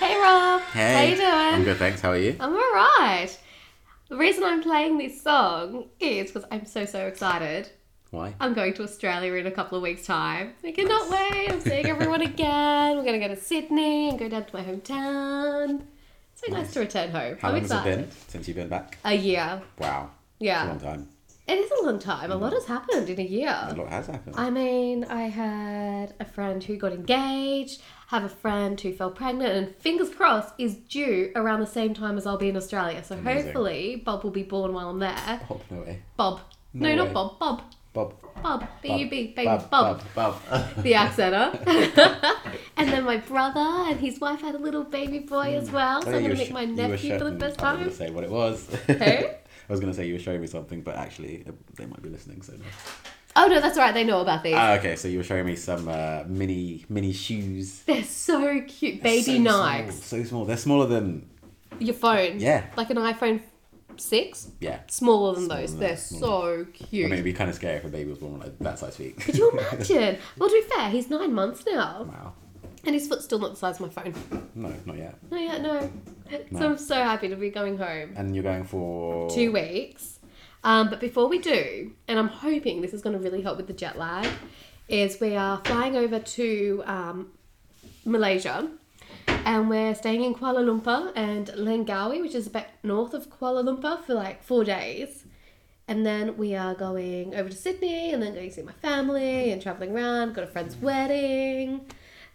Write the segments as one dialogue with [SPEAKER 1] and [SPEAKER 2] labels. [SPEAKER 1] Rob.
[SPEAKER 2] Hey.
[SPEAKER 1] How you
[SPEAKER 2] I'm
[SPEAKER 1] doing?
[SPEAKER 2] good, thanks. How are you?
[SPEAKER 1] I'm alright. The reason I'm playing this song is because I'm so so excited.
[SPEAKER 2] Why?
[SPEAKER 1] I'm going to Australia in a couple of weeks' time. I cannot wait. I'm seeing everyone again. We're gonna go to Sydney and go down to my hometown. It's so nice, to return home.
[SPEAKER 2] How
[SPEAKER 1] I'm
[SPEAKER 2] long
[SPEAKER 1] excited.
[SPEAKER 2] has it been since you've been back?
[SPEAKER 1] A year.
[SPEAKER 2] Wow. It's a
[SPEAKER 1] Yeah.
[SPEAKER 2] long time.
[SPEAKER 1] It is a long time. A lot has happened in a
[SPEAKER 2] A
[SPEAKER 1] year.
[SPEAKER 2] lot has happened.
[SPEAKER 1] I mean, I had a friend who got engaged, have a friend who fell pregnant, and fingers crossed is due around the same time as I'll be in Australia. So
[SPEAKER 2] Amazing.
[SPEAKER 1] hopefully Bob will be born while I'm there.
[SPEAKER 2] Bob, no way.
[SPEAKER 1] Bob. No,
[SPEAKER 2] No
[SPEAKER 1] not
[SPEAKER 2] way.
[SPEAKER 1] Bob. Bob.
[SPEAKER 2] Bob.
[SPEAKER 1] Bob. B U B. Baby
[SPEAKER 2] Bob.
[SPEAKER 1] Bob.
[SPEAKER 2] Bob. Bob.
[SPEAKER 1] The accent, huh? and then my brother and his wife had a little baby boy as well. So
[SPEAKER 2] Oh,
[SPEAKER 1] I'm
[SPEAKER 2] you
[SPEAKER 1] going
[SPEAKER 2] were
[SPEAKER 1] to make
[SPEAKER 2] sh-
[SPEAKER 1] my
[SPEAKER 2] you were
[SPEAKER 1] nephew for the
[SPEAKER 2] showing-
[SPEAKER 1] first
[SPEAKER 2] I was
[SPEAKER 1] time.
[SPEAKER 2] going to say what it was.
[SPEAKER 1] Hey?
[SPEAKER 2] I was going to say you were showing me something, but actually, uh, they might be listening, so no.
[SPEAKER 1] Oh, no, that's all right. They know about these.
[SPEAKER 2] Ah, okay, so you were showing me some uh, mini mini shoes.
[SPEAKER 1] They're so cute.
[SPEAKER 2] They're
[SPEAKER 1] Baby
[SPEAKER 2] so
[SPEAKER 1] Nikes.
[SPEAKER 2] Small, so small. They're smaller than,
[SPEAKER 1] Your phone.
[SPEAKER 2] Yeah.
[SPEAKER 1] Like an iPhone 6.
[SPEAKER 2] yeah.
[SPEAKER 1] Smaller than
[SPEAKER 2] Smaller
[SPEAKER 1] those.
[SPEAKER 2] than
[SPEAKER 1] They're
[SPEAKER 2] that, smaller.
[SPEAKER 1] so
[SPEAKER 2] I
[SPEAKER 1] cute.
[SPEAKER 2] mean, it'd be kind of scary if a baby was born like that size feet.
[SPEAKER 1] Could you imagine? well, to be fair, he's nine months now,
[SPEAKER 2] wow.
[SPEAKER 1] and his foot's still not the size of my phone.
[SPEAKER 2] No, not yet.
[SPEAKER 1] No, yeah, no. So
[SPEAKER 2] No.
[SPEAKER 1] I'm so happy to be going home.
[SPEAKER 2] And you're going for
[SPEAKER 1] Two weeks. Um, but before we do, and I'm hoping this is going to really help with the jet lag, is we are flying over to um, Malaysia. And we're staying in Kuala Lumpur and Langkawi, which is a bit north of Kuala Lumpur, for like four days. And then we are going over to Sydney and then going to see my family and traveling around. Got a friend's wedding.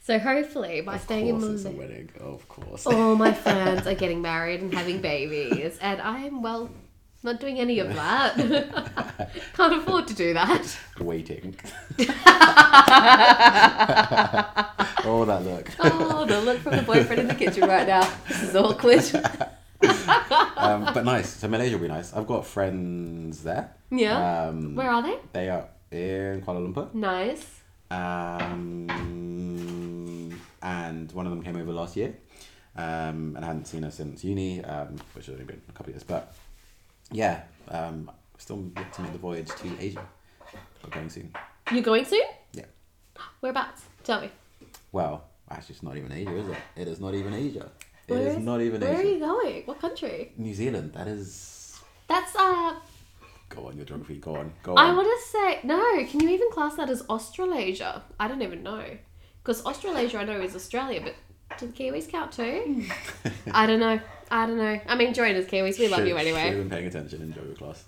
[SPEAKER 1] So hopefully by
[SPEAKER 2] Of
[SPEAKER 1] staying in
[SPEAKER 2] course, it's a
[SPEAKER 1] Malaysia.
[SPEAKER 2] wedding. Of course.
[SPEAKER 1] All my friends are getting married and having babies, and I'm, well, not doing any of that. Can't afford to do that.
[SPEAKER 2] Waiting. oh, that look.
[SPEAKER 1] Oh, the look from the boyfriend in the kitchen right now. This is awkward.
[SPEAKER 2] Um, but nice. So Malaysia will be nice. I've got friends there.
[SPEAKER 1] Yeah.
[SPEAKER 2] Um,
[SPEAKER 1] Where are they?
[SPEAKER 2] They are in Kuala Lumpur.
[SPEAKER 1] Nice.
[SPEAKER 2] Um, and one of them came over last year. Um, and I hadn't seen her since uni, um, which has only been a couple of years. But yeah, um, still yet to make the voyage to Asia. But going soon.
[SPEAKER 1] You going soon?
[SPEAKER 2] Yeah.
[SPEAKER 1] Whereabouts? Tell me.
[SPEAKER 2] Well, actually, it's not even Asia, is it? It is not even Asia. It is
[SPEAKER 1] Where is-
[SPEAKER 2] not even
[SPEAKER 1] Where are
[SPEAKER 2] Asia.
[SPEAKER 1] you going? What country?
[SPEAKER 2] New Zealand. That is.
[SPEAKER 1] That's uh.
[SPEAKER 2] Go on, your geography. Go on. Go on.
[SPEAKER 1] I want to say no. Can you even class that as Australasia? I don't even know, because Australasia I know is Australia, but do the Kiwis count too? I don't know. I don't know. I mean, join us Kiwis. We love
[SPEAKER 2] Should-
[SPEAKER 1] you
[SPEAKER 2] Should
[SPEAKER 1] anyway.
[SPEAKER 2] have been paying attention in geography class.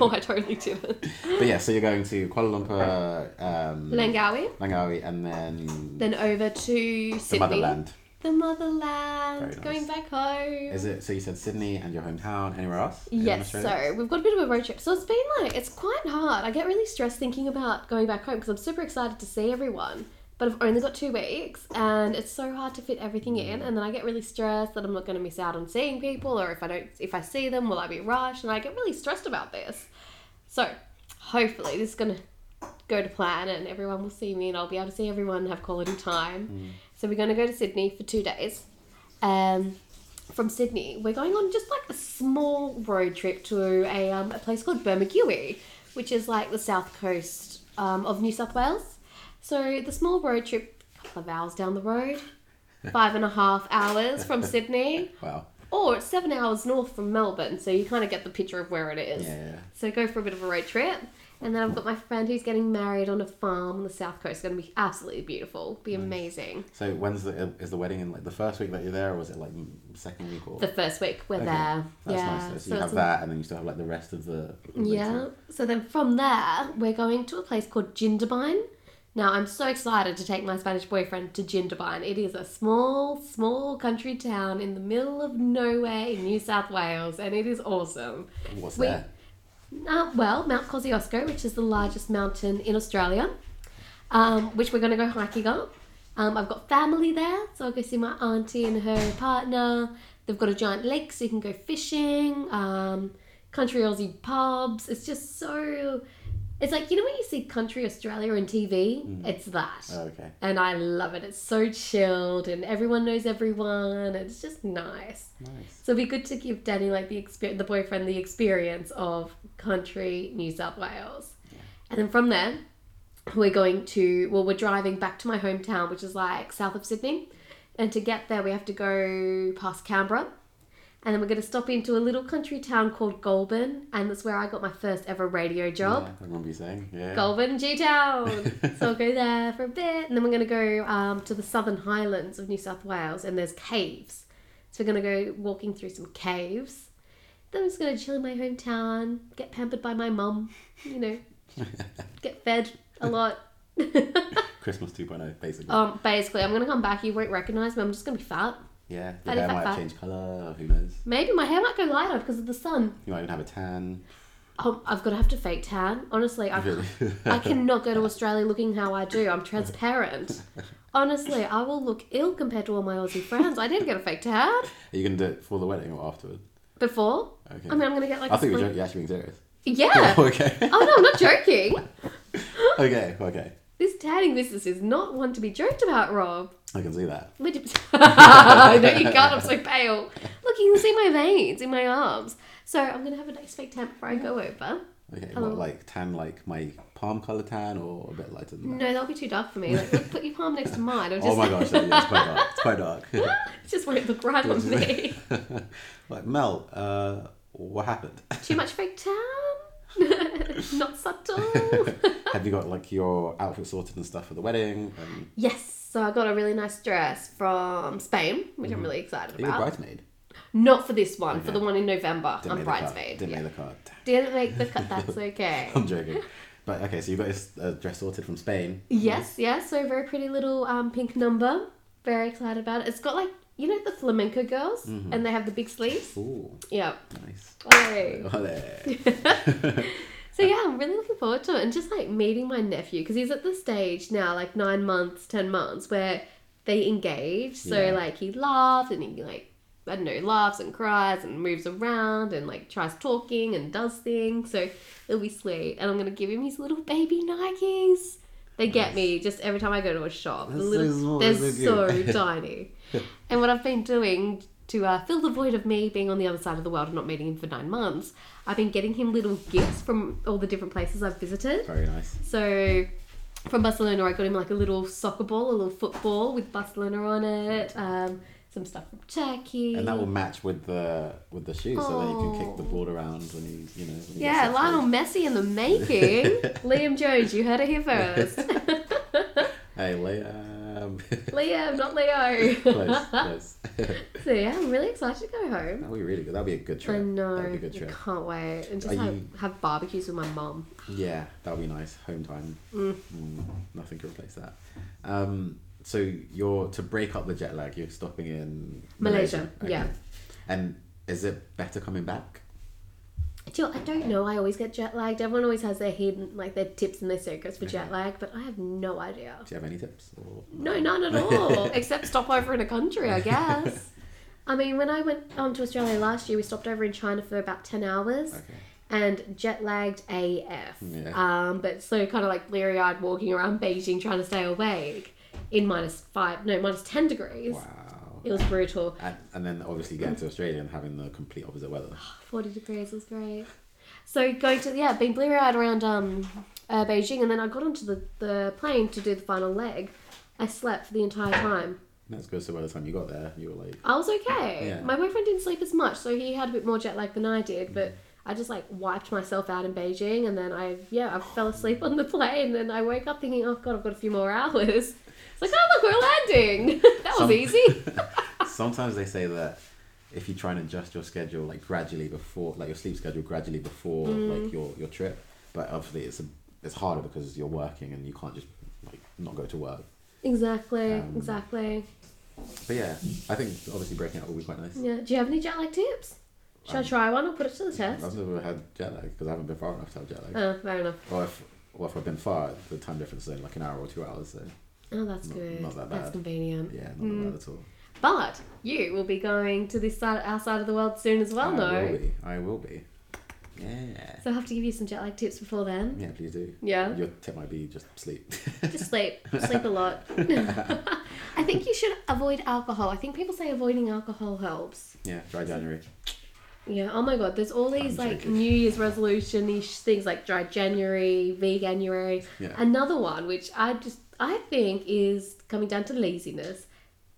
[SPEAKER 1] Oh, I totally didn't.
[SPEAKER 2] but yeah, so you're going to Kuala Lumpur, um,
[SPEAKER 1] Langkawi,
[SPEAKER 2] Langkawi, and then
[SPEAKER 1] then over to Sydney.
[SPEAKER 2] the motherland.
[SPEAKER 1] The motherland.
[SPEAKER 2] Very nice.
[SPEAKER 1] Going back home.
[SPEAKER 2] Is it? So you said Sydney and your hometown. Anywhere else? in
[SPEAKER 1] Yes,
[SPEAKER 2] Australia?
[SPEAKER 1] so we've got a bit of a road trip. So it's been like, it's quite hard. I get really stressed thinking about going back home because I'm super excited to see everyone. But I've only got two weeks and it's so hard to fit everything in. And then I get really stressed that I'm not going to miss out on seeing people or if I don't, if I see them, will I be rushed? And I get really stressed about this. So hopefully this is going to go to plan and everyone will see me and I'll be able to see everyone and have quality time. So we're going to go to Sydney for two days. Um, from Sydney, we're going on just like a small road trip to a, um, a place called Bermagui, which is like the south coast um, of New South Wales. So the small road trip, a couple of hours down the road, five and a half hours from Sydney,
[SPEAKER 2] Wow.
[SPEAKER 1] or it's seven hours north from Melbourne. So you kind of get the picture of where it is.
[SPEAKER 2] Yeah.
[SPEAKER 1] So go for a bit of a road trip. And then I've got my friend who's getting married on a farm on the south coast. It's going to be absolutely beautiful. Be amazing.
[SPEAKER 2] So when's the is the wedding in like the first week that you're there, or was it like the second week or?
[SPEAKER 1] The first week we're
[SPEAKER 2] Okay,
[SPEAKER 1] there.
[SPEAKER 2] That's
[SPEAKER 1] yeah.
[SPEAKER 2] nice. though. So you
[SPEAKER 1] it's
[SPEAKER 2] have
[SPEAKER 1] a-
[SPEAKER 2] that, and then you still have like the rest of the.
[SPEAKER 1] Yeah. So then from there, we're going to a place called Ginderbine. Now, I'm so excited to take my Spanish boyfriend to Ginderbine. It is a small, small country town in the middle of nowhere in New South Wales, and it is awesome.
[SPEAKER 2] What's
[SPEAKER 1] We-
[SPEAKER 2] there?
[SPEAKER 1] Uh, well, Mount Kosciuszko, which is the largest mountain in Australia, um, which we're going to go hiking up. Um, I've got family there, so I'll go see my auntie and her partner. They've got a giant lake, so you can go fishing. Um, country Aussie pubs. It's just so. It's like you know when you see country Australia on TV, it's that,
[SPEAKER 2] Oh, okay.
[SPEAKER 1] and I love it. It's so chilled, and everyone knows everyone. And it's just nice.
[SPEAKER 2] Nice.
[SPEAKER 1] So it'd be good to give Danny like the exper- the boyfriend the experience of country New South Wales, and then from there, we're going to well, we're driving back to my hometown, which is like south of Sydney, And to get there, we have to go past Canberra. And then we're going to stop into a little country town called Goulburn. And that's where I got my first ever radio job.
[SPEAKER 2] Yeah, I remember you saying. Yeah.
[SPEAKER 1] Goulburn G Town. so I'll go there for a bit, and then we're going to go um, to the Southern Highlands of New South Wales, and there's caves. So we're going to go walking through some caves. Then I'm just going to chill in my hometown, get pampered by my mum, you know, get fed a lot.
[SPEAKER 2] Christmas 2.0, basically.
[SPEAKER 1] um, basically, I'm going to come back. You won't recognize me. I'm just going to be fat.
[SPEAKER 2] yeah. Your
[SPEAKER 1] I did
[SPEAKER 2] hair
[SPEAKER 1] that
[SPEAKER 2] might
[SPEAKER 1] back.
[SPEAKER 2] change colour, who knows?
[SPEAKER 1] Maybe my hair might go lighter because of the sun.
[SPEAKER 2] You might even have a tan.
[SPEAKER 1] Oh, I've got to have to fake tan. Honestly, I,
[SPEAKER 2] Really?
[SPEAKER 1] I cannot go to Australia looking how I do. I'm transparent. Honestly, I will look ill compared to all my Aussie friends. I didn't get a fake tan
[SPEAKER 2] Are you going to do it before the wedding or afterward?
[SPEAKER 1] before.
[SPEAKER 2] Okay.
[SPEAKER 1] I mean, I'm gonna get like.
[SPEAKER 2] I
[SPEAKER 1] a
[SPEAKER 2] think you're,
[SPEAKER 1] split-
[SPEAKER 2] joking. you're actually being serious.
[SPEAKER 1] Yeah. oh
[SPEAKER 2] okay.
[SPEAKER 1] no, I'm not joking.
[SPEAKER 2] okay, okay.
[SPEAKER 1] This tanning business is not one to be joked about, Rob.
[SPEAKER 2] I can see that.
[SPEAKER 1] Would you? no, you can't. I'm so pale. Look, you can see my veins in my arms. So I'm gonna have a nice fake tan before I go over.
[SPEAKER 2] Okay,
[SPEAKER 1] Hello.
[SPEAKER 2] what, like tan, like my palm colour tan or a bit lighter than that?
[SPEAKER 1] No, that'll be too dark for me. Like, look, put your palm next to mine. It'll just,
[SPEAKER 2] oh my gosh, yeah, it's quite dark. It's quite dark.
[SPEAKER 1] it just won't look right on me.
[SPEAKER 2] like, Mel, uh, what happened?
[SPEAKER 1] Too much fake tan. Not subtle.
[SPEAKER 2] Have you got like your outfit sorted and stuff for the wedding? Um,
[SPEAKER 1] yes. So I got a really nice dress from Spain, which I'm really excited
[SPEAKER 2] Mm-hmm. are you a
[SPEAKER 1] about.
[SPEAKER 2] bridesmaid?
[SPEAKER 1] Not for this one. For
[SPEAKER 2] Okay.
[SPEAKER 1] the one in November, I'm
[SPEAKER 2] make the cut.
[SPEAKER 1] bridesmaid.
[SPEAKER 2] Didn't
[SPEAKER 1] yeah.
[SPEAKER 2] make the card.
[SPEAKER 1] Didn't make the cut. That's okay.
[SPEAKER 2] I'm joking. But okay, so you got this uh, dress sorted from Spain.
[SPEAKER 1] yes, yes. So very pretty little um, pink number. Very excited about it. It's got like you know the flamenco girls,
[SPEAKER 2] Mm-hmm.
[SPEAKER 1] and they have the big sleeves.
[SPEAKER 2] Ooh,
[SPEAKER 1] Yeah.
[SPEAKER 2] nice.
[SPEAKER 1] Yay.
[SPEAKER 2] Ole.
[SPEAKER 1] So yeah, I'm really looking forward to it, and just like meeting my nephew because he's at the stage now, like nine months, ten months, where they engage. So
[SPEAKER 2] Yeah.
[SPEAKER 1] like he laughs and he like I don't know, laughs and cries and moves around and like tries talking and does things. So it'll be sweet, and I'm gonna give him his little baby Nikes. They get me just every time I go to a shop.
[SPEAKER 2] That's
[SPEAKER 1] the little,
[SPEAKER 2] so small,
[SPEAKER 1] they're
[SPEAKER 2] that's so
[SPEAKER 1] so
[SPEAKER 2] cute.
[SPEAKER 1] tiny. And what I've been doing to uh, fill the void of me being on the other side of the world and not meeting him for nine months, I've been getting him little gifts from all the different places I've visited.
[SPEAKER 2] Very nice.
[SPEAKER 1] So from Barcelona, I got him like a little soccer ball, a little football with Barcelona on it, um, some stuff from Turkey.
[SPEAKER 2] And that will match with the with the shoes, so that you can kick the
[SPEAKER 1] Aw.
[SPEAKER 2] ball around when you you know. When
[SPEAKER 1] Oh.
[SPEAKER 2] you get
[SPEAKER 1] yeah,
[SPEAKER 2] set
[SPEAKER 1] Lionel
[SPEAKER 2] free.
[SPEAKER 1] Messi in the making. Liam Jones, you heard it here first.
[SPEAKER 2] Hey, Liam.
[SPEAKER 1] Liam, not Leo.
[SPEAKER 2] close, close.
[SPEAKER 1] so yeah, I'm really excited to go home.
[SPEAKER 2] That'd be really good. That'd be a good trip.
[SPEAKER 1] I know.
[SPEAKER 2] That'd be a good
[SPEAKER 1] I
[SPEAKER 2] trip.
[SPEAKER 1] can't wait. And just
[SPEAKER 2] Are
[SPEAKER 1] have,
[SPEAKER 2] you-
[SPEAKER 1] have barbecues with my mum.
[SPEAKER 2] Yeah, that'd be nice. Home time. Mm, nothing can replace that. Um, so you're to break up the jet lag. You're stopping in
[SPEAKER 1] Malaysia, yeah.
[SPEAKER 2] And is it better coming back?
[SPEAKER 1] Do you know, I don't know. I always get jet lagged. Everyone always has their hidden, like their tips and their secrets for jet lag, but I have no idea.
[SPEAKER 2] Do you have any tips? Or...
[SPEAKER 1] No, none at all. except stop over in a country, I guess. I mean, when I went um, to Australia last year, we stopped over in China for about 10 hours
[SPEAKER 2] Okay.
[SPEAKER 1] and jet lagged AF.
[SPEAKER 2] Yeah.
[SPEAKER 1] Um, but so kind of like bleary eyed walking around Beijing trying to stay awake in minus five, no, minus 10 degrees.
[SPEAKER 2] Wow.
[SPEAKER 1] It was brutal.
[SPEAKER 2] And, and then obviously getting to Australia and having the complete opposite weather.
[SPEAKER 1] 40 degrees was great. So going to yeah, being bleary eyed around um uh, Beijing, and then I got onto the, the plane to do the final leg. I slept for the entire time.
[SPEAKER 2] That's good. So by the time you got there, you were like,
[SPEAKER 1] I was okay.
[SPEAKER 2] Yeah.
[SPEAKER 1] My boyfriend didn't sleep as much, so he had a bit more jet lag than I did. But I just like wiped myself out in Beijing, and then I yeah I fell asleep on the plane, and I woke up thinking, oh god, I've got a few more hours. It's like oh look, we're landing. that was
[SPEAKER 2] Some-
[SPEAKER 1] easy.
[SPEAKER 2] Sometimes they say that if you try and adjust your schedule like gradually before, like your sleep schedule gradually before
[SPEAKER 1] Mm.
[SPEAKER 2] like your your trip, but obviously it's a, it's harder because you're working and you can't just like not go to work.
[SPEAKER 1] exactly,
[SPEAKER 2] Um,
[SPEAKER 1] exactly.
[SPEAKER 2] But yeah, I think obviously breaking up will be quite nice.
[SPEAKER 1] Yeah. Do you have any jet lag tips? Should
[SPEAKER 2] Um,
[SPEAKER 1] I try one? I'll put it to the test.
[SPEAKER 2] I've never had jet lag because I haven't been far enough to have jet lag.
[SPEAKER 1] Oh, fair enough.
[SPEAKER 2] or if well, if I've been far, the time difference is only like an hour or two hours. So
[SPEAKER 1] Oh, that's
[SPEAKER 2] Not-
[SPEAKER 1] good.
[SPEAKER 2] not that
[SPEAKER 1] That's
[SPEAKER 2] bad.
[SPEAKER 1] convenient.
[SPEAKER 2] yeah, not
[SPEAKER 1] Mm.
[SPEAKER 2] bad at all.
[SPEAKER 1] But you will be going to this side, our side of the world soon as well,
[SPEAKER 2] I
[SPEAKER 1] no?
[SPEAKER 2] will be. I will be. Yeah.
[SPEAKER 1] So I'll have to give you some jet lag tips before then.
[SPEAKER 2] Yeah, please do.
[SPEAKER 1] Yeah.
[SPEAKER 2] Your tip might be just sleep.
[SPEAKER 1] Just sleep. sleep a lot. I think you should avoid alcohol. I think people say avoiding alcohol helps.
[SPEAKER 2] yeah, dry January.
[SPEAKER 1] Yeah, oh my god, there's all these
[SPEAKER 2] I'm
[SPEAKER 1] like
[SPEAKER 2] joking.
[SPEAKER 1] New Year's resolution ish things like dry January, veganuary.
[SPEAKER 2] Yeah.
[SPEAKER 1] Another one which I just I think is coming down to laziness.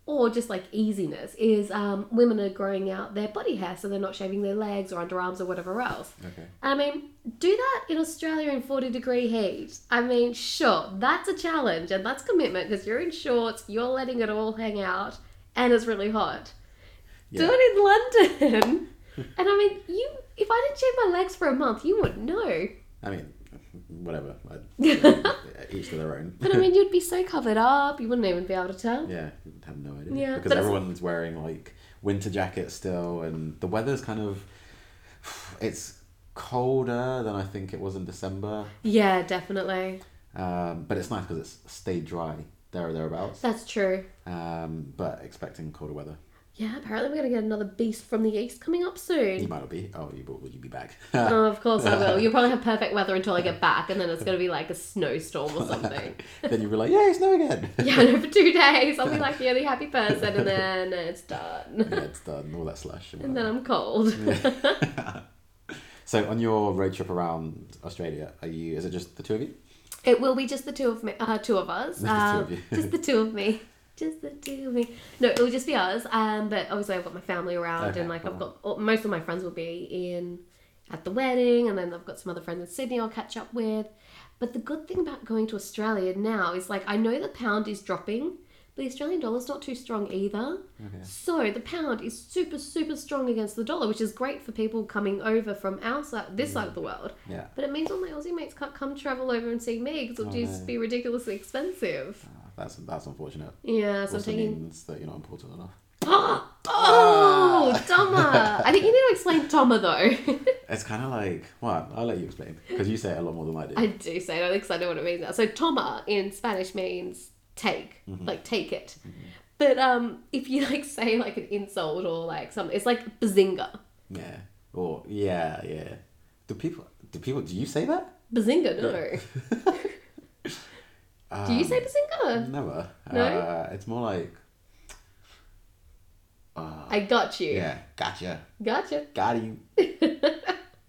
[SPEAKER 1] or just like easiness is um, women are growing out their body hair so they're not shaving their legs or underarms or whatever else.
[SPEAKER 2] Okay.
[SPEAKER 1] I mean, do that in Australia in 40 degree heat. I mean, sure, that's a challenge and that's commitment because you're in shorts, you're letting it all hang out, and it's really hot. Do
[SPEAKER 2] Yeah.
[SPEAKER 1] it in London. and I mean, you if I didn't shave my legs for a month, you wouldn't know.
[SPEAKER 2] I mean, whatever. I, each to their own.
[SPEAKER 1] But I mean, you'd be so covered up, you wouldn't even be able to tell.
[SPEAKER 2] yeah, you'd have no idea.
[SPEAKER 1] Yeah,
[SPEAKER 2] because
[SPEAKER 1] but it's-
[SPEAKER 2] everyone's wearing like winter jackets still, and the weather's kind of it's colder than I think it was in December.
[SPEAKER 1] Yeah, definitely.
[SPEAKER 2] Um, but it's nice because it's stayed dry there or thereabouts.
[SPEAKER 1] That's true.
[SPEAKER 2] Um, but expecting colder weather,
[SPEAKER 1] Yeah, apparently we're going to get another beast from the east coming up soon.
[SPEAKER 2] you might not be. Oh, you will. Will you be back?
[SPEAKER 1] Oh, of course I will. You'll probably have perfect weather until I get back, and then it's going to be like a snowstorm or something.
[SPEAKER 2] then you'll be like, yeah, it's snow again.
[SPEAKER 1] Yeah, I know, for two days I'll be like the only happy person, and then it's done.
[SPEAKER 2] yeah, it's done. All that slush.
[SPEAKER 1] And then I'm cold.
[SPEAKER 2] So on your road trip around Australia, are you? Is it just the two of you?
[SPEAKER 1] It will be just the two of me, uh, two of us.
[SPEAKER 2] Just the two
[SPEAKER 1] Um,
[SPEAKER 2] of you.
[SPEAKER 1] just the two of me. Just the two of me. No, it will just be us. Um, but obviously I've got my family around,
[SPEAKER 2] Okay,
[SPEAKER 1] and like I've
[SPEAKER 2] alright.
[SPEAKER 1] got all, most of my friends will be in at the wedding, and then I've got some other friends in Sydney I'll catch up with. But the good thing about going to Australia now is like I know the pound is dropping, but the Australian dollar's not too strong either.
[SPEAKER 2] Okay.
[SPEAKER 1] So the pound is super super strong against the dollar, which is great for people coming over from our side, this side of the world.
[SPEAKER 2] Yeah.
[SPEAKER 1] But it means all my Aussie mates can't come travel over and see me because it'll
[SPEAKER 2] Oh,
[SPEAKER 1] just
[SPEAKER 2] no.
[SPEAKER 1] be ridiculously expensive.
[SPEAKER 2] Ah, That's that's unfortunate.
[SPEAKER 1] Yeah, so I'm
[SPEAKER 2] also
[SPEAKER 1] taking.
[SPEAKER 2] means that you're not important enough.
[SPEAKER 1] Oh, oh
[SPEAKER 2] Ah!
[SPEAKER 1] Toma! I think you need to explain Toma though.
[SPEAKER 2] It's kind of like what? I'll let you explain because you say it a lot more than I do.
[SPEAKER 1] I do say that because I know what it means now. So Toma in Spanish means take,
[SPEAKER 2] Mm-hmm.
[SPEAKER 1] like take it. But um, if you like say like an insult or like something, it's like bazinga.
[SPEAKER 2] Yeah. Or yeah, yeah. Do people? Do people? Do you say that?
[SPEAKER 1] Bazinga, no. do you
[SPEAKER 2] Um,
[SPEAKER 1] say bazinga?
[SPEAKER 2] Never.
[SPEAKER 1] No?
[SPEAKER 2] Uh, it's more like
[SPEAKER 1] I got you.
[SPEAKER 2] yeah. Gotcha.
[SPEAKER 1] Gotcha.
[SPEAKER 2] Got you.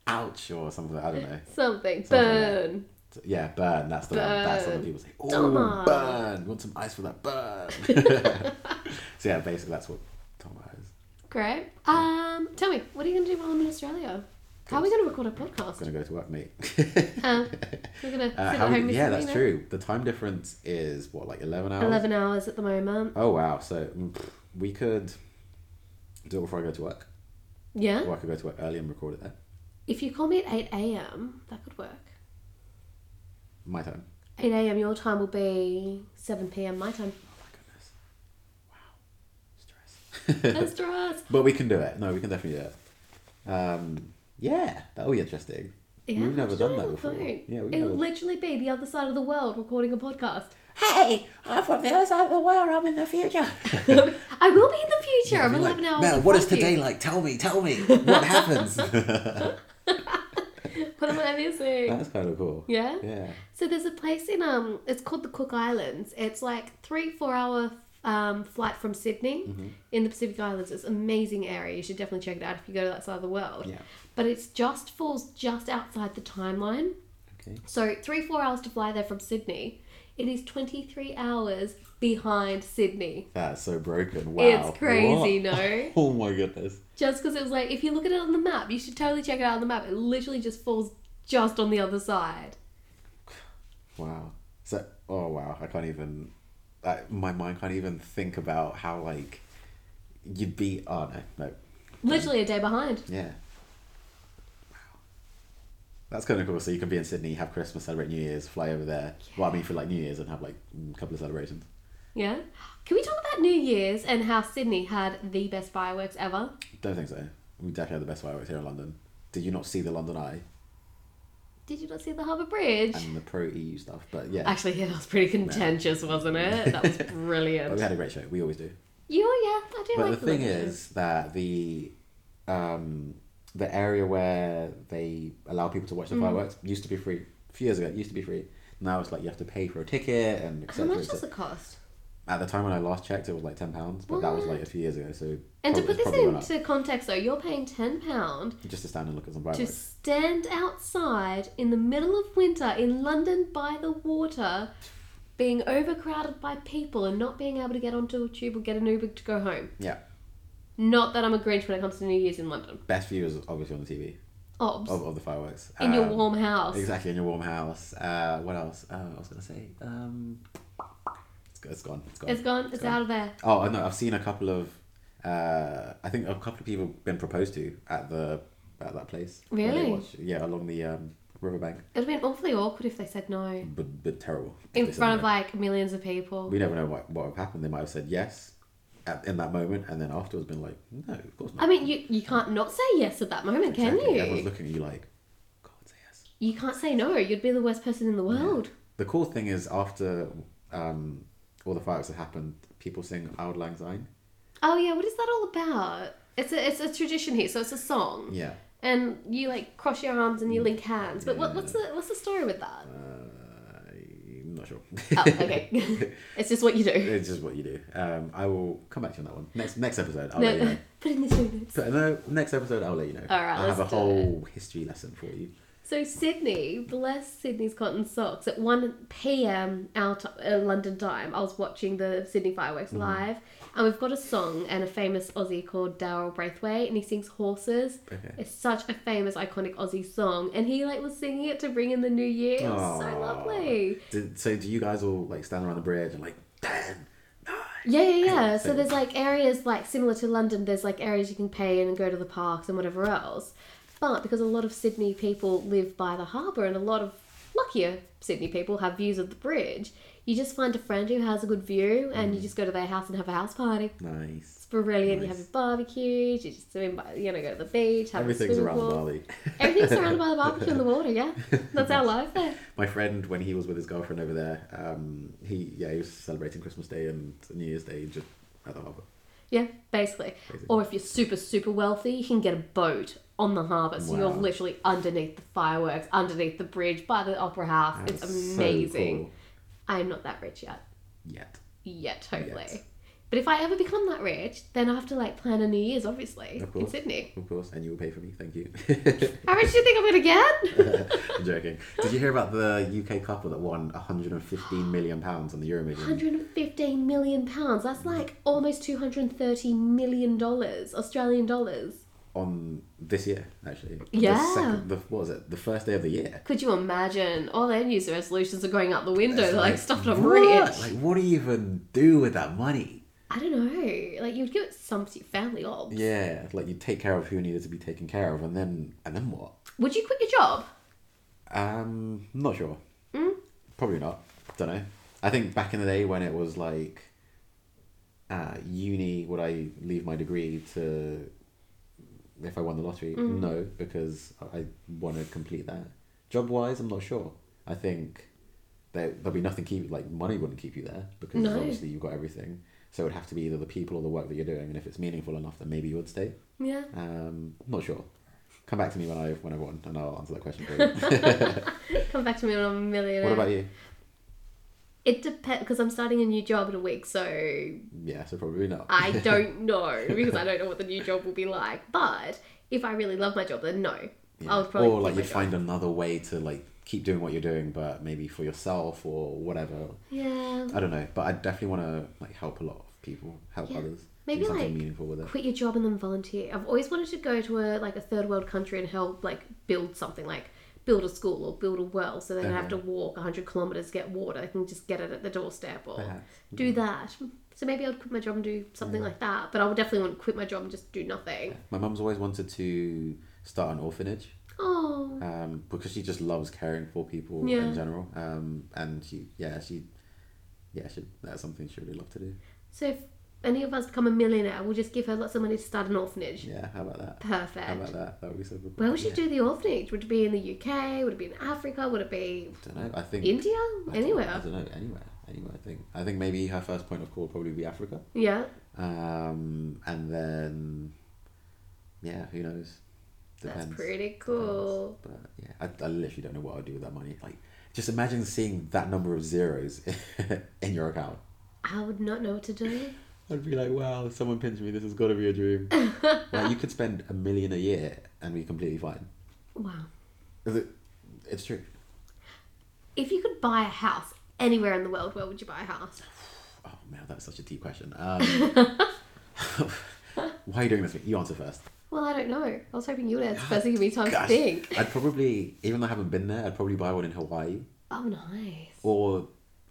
[SPEAKER 2] Ouch or something. I don't know.
[SPEAKER 1] Something.
[SPEAKER 2] Something like
[SPEAKER 1] Burn.
[SPEAKER 2] So, yeah, burn. That's the one. That's what the
[SPEAKER 1] Burn.
[SPEAKER 2] people say.
[SPEAKER 1] Toma.
[SPEAKER 2] Oh, burn. Want some ice for that burn? so yeah, basically that's what Toma is.
[SPEAKER 1] Great. Um, tell me, what are you going to do while I'm in Australia? How are we going to record a podcast?
[SPEAKER 2] Gonna go to work, mate.
[SPEAKER 1] Um, we're going to sit
[SPEAKER 2] Uh,
[SPEAKER 1] at
[SPEAKER 2] how,
[SPEAKER 1] home.
[SPEAKER 2] yeah, that's
[SPEAKER 1] listening, right?
[SPEAKER 2] true. The time difference is what, like eleven hours.
[SPEAKER 1] Eleven hours at the moment.
[SPEAKER 2] Oh wow! So mm, pff, we could do it before I go to work,
[SPEAKER 1] Yeah.
[SPEAKER 2] or I could go to work early and record it there.
[SPEAKER 1] If you call me at eight a.m., that could work.
[SPEAKER 2] My time.
[SPEAKER 1] Eight a.m. your time will be seven p.m. my time.
[SPEAKER 2] Oh my goodness! Wow, stress.
[SPEAKER 1] That's us.
[SPEAKER 2] but we can do it. No, we can definitely do it. Um, yeah, that'll be interesting.
[SPEAKER 1] Yeah,
[SPEAKER 2] We've never done that
[SPEAKER 1] sure,
[SPEAKER 2] before.
[SPEAKER 1] right.
[SPEAKER 2] Yeah, we've
[SPEAKER 1] It'll
[SPEAKER 2] never-
[SPEAKER 1] literally be the other side of the world recording a podcast.
[SPEAKER 2] Hey, I'm from the other side of the world. I'm in the future.
[SPEAKER 1] I will be in the future. I'm
[SPEAKER 2] Like,
[SPEAKER 1] eleven hours.
[SPEAKER 2] Mel,
[SPEAKER 1] in
[SPEAKER 2] what is
[SPEAKER 1] front of you.
[SPEAKER 2] today like? Tell me, tell me. What happens?
[SPEAKER 1] What am I missing?
[SPEAKER 2] That's kind of cool.
[SPEAKER 1] Yeah.
[SPEAKER 2] Yeah.
[SPEAKER 1] So there's a place in um, it's called the Cook Islands. It's like three four hour um, flight from Sydney
[SPEAKER 2] Mm-hmm.
[SPEAKER 1] in the Pacific Islands. It's an amazing area. You should definitely check it out if you go to that side of the world.
[SPEAKER 2] Yeah.
[SPEAKER 1] But it's just falls just outside the timeline.
[SPEAKER 2] Okay.
[SPEAKER 1] So three four hours to fly there from Sydney. It is twenty three hours behind Sydney.
[SPEAKER 2] That's so broken. Wow.
[SPEAKER 1] It's crazy,
[SPEAKER 2] What?
[SPEAKER 1] no?
[SPEAKER 2] Oh my goodness.
[SPEAKER 1] Just because it was like if you look at it on the map, you should totally check it out on the map. It literally just falls just on the other side.
[SPEAKER 2] Wow. So, oh wow, I can't even. I, my mind can't even think about how like you'd be. Oh no, no.
[SPEAKER 1] Literally a day behind.
[SPEAKER 2] Yeah. Wow. That's kind of cool. So you can be in Sydney, have Christmas, celebrate New Year's, fly over there. Well, I mean for like New Year's and have like mm, a couple of celebrations.
[SPEAKER 1] Yeah. Can we talk about New Year's and how Sydney had the best fireworks ever?
[SPEAKER 2] Don't think so. We definitely have the best fireworks here in London. Did you not see the London Eye
[SPEAKER 1] Did you not see the Harbour Bridge?
[SPEAKER 2] and the pro EU stuff? But yeah,
[SPEAKER 1] Actually, yeah, that was pretty contentious, wasn't it? That was
[SPEAKER 2] but we
[SPEAKER 1] brilliant.
[SPEAKER 2] had a great show. We always do.
[SPEAKER 1] You, yeah, I do
[SPEAKER 2] But
[SPEAKER 1] like
[SPEAKER 2] the thing
[SPEAKER 1] look of it.
[SPEAKER 2] is that the um, the area where they allow people to watch
[SPEAKER 1] Mm.
[SPEAKER 2] the fireworks used to be free. A few years ago, it used to be free. Now it's like you have to pay for a ticket and
[SPEAKER 1] how
[SPEAKER 2] etc.
[SPEAKER 1] much does it cost?
[SPEAKER 2] At the time when I last checked, it was like ten pounds, but that was like a few years ago. So
[SPEAKER 1] And to
[SPEAKER 2] prob-
[SPEAKER 1] put
[SPEAKER 2] it's
[SPEAKER 1] this
[SPEAKER 2] probably gone up.
[SPEAKER 1] into context, though, you're paying ten pound
[SPEAKER 2] just to stand and look at some
[SPEAKER 1] to
[SPEAKER 2] fireworks,
[SPEAKER 1] stand outside in the middle of winter in London by the water, being overcrowded by people and not being able to get onto a tube or get an Uber to go home.
[SPEAKER 2] Yeah.
[SPEAKER 1] Not that I'm a Grinch when it comes to New Year's in London.
[SPEAKER 2] Best view is obviously on the TV
[SPEAKER 1] Obs.
[SPEAKER 2] of, of the fireworks.
[SPEAKER 1] in your
[SPEAKER 2] Um,
[SPEAKER 1] warm house.
[SPEAKER 2] Exactly, in your warm house. Uh, what else? Uh, I was gonna say. Um, it's, go- it's gone. It's gone.
[SPEAKER 1] It's gone. It's,
[SPEAKER 2] gone.
[SPEAKER 1] out of there.
[SPEAKER 2] Oh I know. I've seen a couple of. Uh, I think a couple of people been proposed to at the at that place. where they
[SPEAKER 1] Really?
[SPEAKER 2] watch- yeah, along the um, riverbank.
[SPEAKER 1] It would have been awfully awkward if they said no
[SPEAKER 2] But, but terrible.
[SPEAKER 1] in
[SPEAKER 2] They said
[SPEAKER 1] front of
[SPEAKER 2] no.
[SPEAKER 1] like millions of people.
[SPEAKER 2] We never know what what would happen. They might have said yes, at, in that moment, and then afterwards been like, no, of course not.
[SPEAKER 1] I mean, you, you can't not say yes at that moment, can
[SPEAKER 2] Exactly. Everyone's
[SPEAKER 1] you?
[SPEAKER 2] looking at you like, God, say yes.
[SPEAKER 1] You can't say no. You'd be the worst person in the world.
[SPEAKER 2] The cool thing is after um, all the fireworks have happened, people sing "Auld Lang Syne."
[SPEAKER 1] Oh yeah, what is that all about? It's a it's a tradition here, so it's a song,
[SPEAKER 2] Yeah. Mm.
[SPEAKER 1] and you like cross your arms and you link hands. But what,
[SPEAKER 2] Yeah.
[SPEAKER 1] what's the what's the story with that?
[SPEAKER 2] Uh, I'm not sure.
[SPEAKER 1] Oh, okay, it's just what you do.
[SPEAKER 2] it's just what you do. Um, I will come back to you on that one. Next next episode, I'll
[SPEAKER 1] No,
[SPEAKER 2] let you know.
[SPEAKER 1] put in the show notes.
[SPEAKER 2] But no, next episode, I'll let you know.
[SPEAKER 1] All right,
[SPEAKER 2] I have a
[SPEAKER 1] let's do
[SPEAKER 2] whole history lesson for you.
[SPEAKER 1] So Sydney, bless Sydney's cotton socks. At one p.m. our t- uh, London time, I was watching the Sydney
[SPEAKER 2] Mm-hmm.
[SPEAKER 1] fireworks live, and we've got a song and a famous Aussie called Daryl Braithwaite, and he sings "Horses."
[SPEAKER 2] Okay.
[SPEAKER 1] It's such a famous, iconic Aussie song, and he like was singing it to bring in the new year. It was so
[SPEAKER 2] Aw.
[SPEAKER 1] lovely.
[SPEAKER 2] Did, so do you guys all like stand around the bridge and like ten?
[SPEAKER 1] Yeah, yeah, yeah. So
[SPEAKER 2] So-
[SPEAKER 1] there's like areas like similar to London. There's like areas you can pay in and go to the parks and whatever else. But because a lot of Sydney people live by the harbour and a lot of luckier Sydney people have views of the bridge, you just find a friend who has a good view and
[SPEAKER 2] Mm.
[SPEAKER 1] you just go to their house and have a house party.
[SPEAKER 2] Nice.
[SPEAKER 1] It's brilliant. You have
[SPEAKER 2] Nice.
[SPEAKER 1] your barbecues. You just swim by, you know go to the beach. Have
[SPEAKER 2] Everything's
[SPEAKER 1] a
[SPEAKER 2] around the
[SPEAKER 1] swimming pool.
[SPEAKER 2] Bali.
[SPEAKER 1] Everything's surrounded by the barbecue and the water. Yeah, that's our life there.
[SPEAKER 2] My friend, when he was with his girlfriend over there, um, he yeah he was celebrating Christmas Day and New Year's Day just at the harbour.
[SPEAKER 1] Yeah, basically.
[SPEAKER 2] Basically.
[SPEAKER 1] Or if you're super, super wealthy, you can get a boat on the harbour. So you're
[SPEAKER 2] Wow.
[SPEAKER 1] literally underneath the fireworks, underneath the bridge, by the opera house.
[SPEAKER 2] That
[SPEAKER 1] it's
[SPEAKER 2] is so
[SPEAKER 1] amazing.
[SPEAKER 2] cool.
[SPEAKER 1] I'm not that rich yet.
[SPEAKER 2] Yet.
[SPEAKER 1] Yet, hopefully.
[SPEAKER 2] Yet.
[SPEAKER 1] But if I ever become that rich, then I have to like plan a New Year's, obviously,
[SPEAKER 2] Of
[SPEAKER 1] in
[SPEAKER 2] course.
[SPEAKER 1] Sydney.
[SPEAKER 2] Of course, and you will pay for me. Thank you.
[SPEAKER 1] How rich do you think I'm gonna get?
[SPEAKER 2] I'm joking. Did you hear about the UK couple that won 115 million pounds on the Euro Million?
[SPEAKER 1] 115 million pounds. That's like almost 230 million dollars, Australian dollars.
[SPEAKER 2] on this year? Actually,
[SPEAKER 1] Yeah.
[SPEAKER 2] The second, the, what was it? The first day of the year.
[SPEAKER 1] Could you imagine? All their New Year's resolutions are going out the window.
[SPEAKER 2] It's
[SPEAKER 1] They're like, stuffed up
[SPEAKER 2] what?
[SPEAKER 1] rich.
[SPEAKER 2] Like, what do you even do with that money?
[SPEAKER 1] I don't know. Like you'd give it some to your family or
[SPEAKER 2] Yeah, like you take care of who needed to be taken care of, and then and then what?
[SPEAKER 1] Would you quit your job?
[SPEAKER 2] Um, not sure. Probably not. Don't know. I think back in the day when it was like, uh, uni, would I leave my degree to, if I won the lottery? No, because I- I want to complete that. Job wise, I'm not sure. I think there there'll be nothing keep like money wouldn't keep you there because
[SPEAKER 1] No.
[SPEAKER 2] obviously you've got everything. So it would have to be either the people or the work that you're doing, and if it's meaningful enough, then maybe you would stay.
[SPEAKER 1] Yeah.
[SPEAKER 2] Um, not sure. Come back to me when I when I won, and I'll answer that question for you.
[SPEAKER 1] Come back to me when I'm a millionaire.
[SPEAKER 2] What about you?
[SPEAKER 1] It depends because I'm starting a new job in a week, so
[SPEAKER 2] Yeah, so probably not.
[SPEAKER 1] I don't know because I don't know what the new job will be like. But if I really love my job, then no,
[SPEAKER 2] Yeah.
[SPEAKER 1] I would probably.
[SPEAKER 2] or like
[SPEAKER 1] quit my
[SPEAKER 2] you
[SPEAKER 1] job.
[SPEAKER 2] find another way to like keep doing what you're doing, but maybe for yourself or whatever.
[SPEAKER 1] Yeah.
[SPEAKER 2] I don't know, but I definitely want to like help a lot of people, help
[SPEAKER 1] Yeah.
[SPEAKER 2] others,
[SPEAKER 1] Maybe,
[SPEAKER 2] do something
[SPEAKER 1] like,
[SPEAKER 2] meaningful with it.
[SPEAKER 1] Quit your job and then volunteer. I've always wanted to go to a like a third world country and help like build something like build a school or build a well so they don't have to
[SPEAKER 2] Okay.
[SPEAKER 1] walk 100 kilometers to get water they can just get it at the doorstep or
[SPEAKER 2] Perhaps. Mm.
[SPEAKER 1] do that. So maybe I'd quit my job and do something like that. But I would definitely want to quit my job and just do nothing.
[SPEAKER 2] My mum's always wanted to start an orphanage
[SPEAKER 1] Oh,
[SPEAKER 2] um, because she just loves caring for people
[SPEAKER 1] Yeah.
[SPEAKER 2] in general. Um, and she, yeah, she, yeah, she, that's something she really loved to do.
[SPEAKER 1] so if any of us become a millionaire, we'll just give her lots of money to start an orphanage.
[SPEAKER 2] Yeah, how about that? How about
[SPEAKER 1] Perfect.
[SPEAKER 2] that? That would be so cool.
[SPEAKER 1] Where would she
[SPEAKER 2] Yeah.
[SPEAKER 1] do the orphanage? Would it be in the UK? Would it be in Africa? Would it be
[SPEAKER 2] I don't know. I think
[SPEAKER 1] India?
[SPEAKER 2] I don't- I
[SPEAKER 1] Anywhere?
[SPEAKER 2] don't know. Anywhere. Anywhere. I think. I think maybe her first point of call would probably be Africa.
[SPEAKER 1] Yeah.
[SPEAKER 2] Um, and then, yeah, who knows?
[SPEAKER 1] That's pretty cool.
[SPEAKER 2] But yeah, I, I literally don't know what I'd do with that money. Like, just imagine seeing that number of zeros in your account.
[SPEAKER 1] I would not know what to do.
[SPEAKER 2] I'd be like, wow, if someone pinched me. This has got to be a dream. like, you could spend a million a year and be completely fine.
[SPEAKER 1] Wow.
[SPEAKER 2] Is it? It's true.
[SPEAKER 1] If you could buy a house anywhere in the world, where would you buy a house?
[SPEAKER 2] Oh man, that's such a deep question. Um, why are you doing this? You answer first.
[SPEAKER 1] Well, I don't know. I was hoping you would answer first and give me time to
[SPEAKER 2] Gosh,
[SPEAKER 1] think.
[SPEAKER 2] I'd probably, even though I haven't been there, I'd probably buy one in Hawaii
[SPEAKER 1] Oh, nice.
[SPEAKER 2] or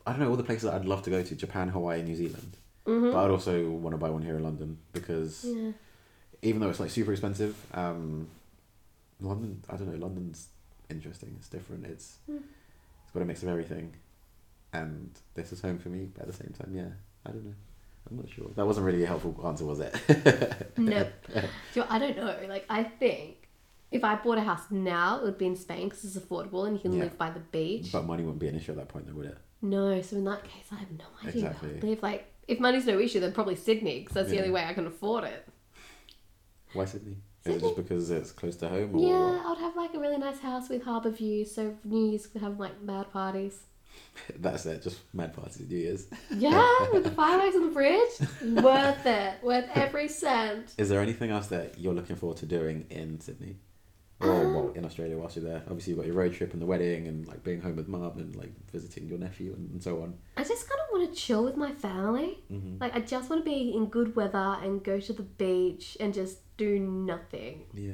[SPEAKER 2] I don't know all the places that I'd love to go to: Japan, Hawaii, New Zealand. But I'd also want to buy one here in London because
[SPEAKER 1] Mm-hmm. Yeah.
[SPEAKER 2] even though it's like super expensive, um, London. I don't know. London's interesting. It's different. It's
[SPEAKER 1] Hmm.
[SPEAKER 2] it's got a mix of everything, and this is home for me. But at the same time, yeah, I don't know. I'm not sure. That wasn't really a helpful answer, was it?
[SPEAKER 1] Nope. Do you- I don't know. Like, I think if I bought a house now, it would be in Spain because it's affordable and you can
[SPEAKER 2] Yeah.
[SPEAKER 1] live by the beach.
[SPEAKER 2] but money wouldn't be an issue at that point, though, would it?
[SPEAKER 1] no, so in that case, I have no idea. where I would
[SPEAKER 2] Exactly.
[SPEAKER 1] live like, if money's no issue, then probably Sydney because that's the
[SPEAKER 2] Yeah.
[SPEAKER 1] only way I can afford it.
[SPEAKER 2] Why Sydney? Is it
[SPEAKER 1] Sydney.
[SPEAKER 2] just because it's close to home? Or
[SPEAKER 1] Yeah, I'd have like a really nice house with harbour view, so New Year's could have like mad parties.
[SPEAKER 2] what? That's it. Just mad parties at New Year's.
[SPEAKER 1] Yeah, with the fireworks on the bridge. worth it. Worth every cent.
[SPEAKER 2] Is there anything else that you're looking forward to doing in Sydney? Or
[SPEAKER 1] Um,
[SPEAKER 2] well, in Australia whilst you're there? Obviously, you've got your road trip and the wedding and like being home with mum and like visiting your nephew and, and so on.
[SPEAKER 1] I just kind of want to chill with my family.
[SPEAKER 2] Mm-hmm.
[SPEAKER 1] Like, I just want to be in good weather and go to the beach and just do nothing.
[SPEAKER 2] Yeah.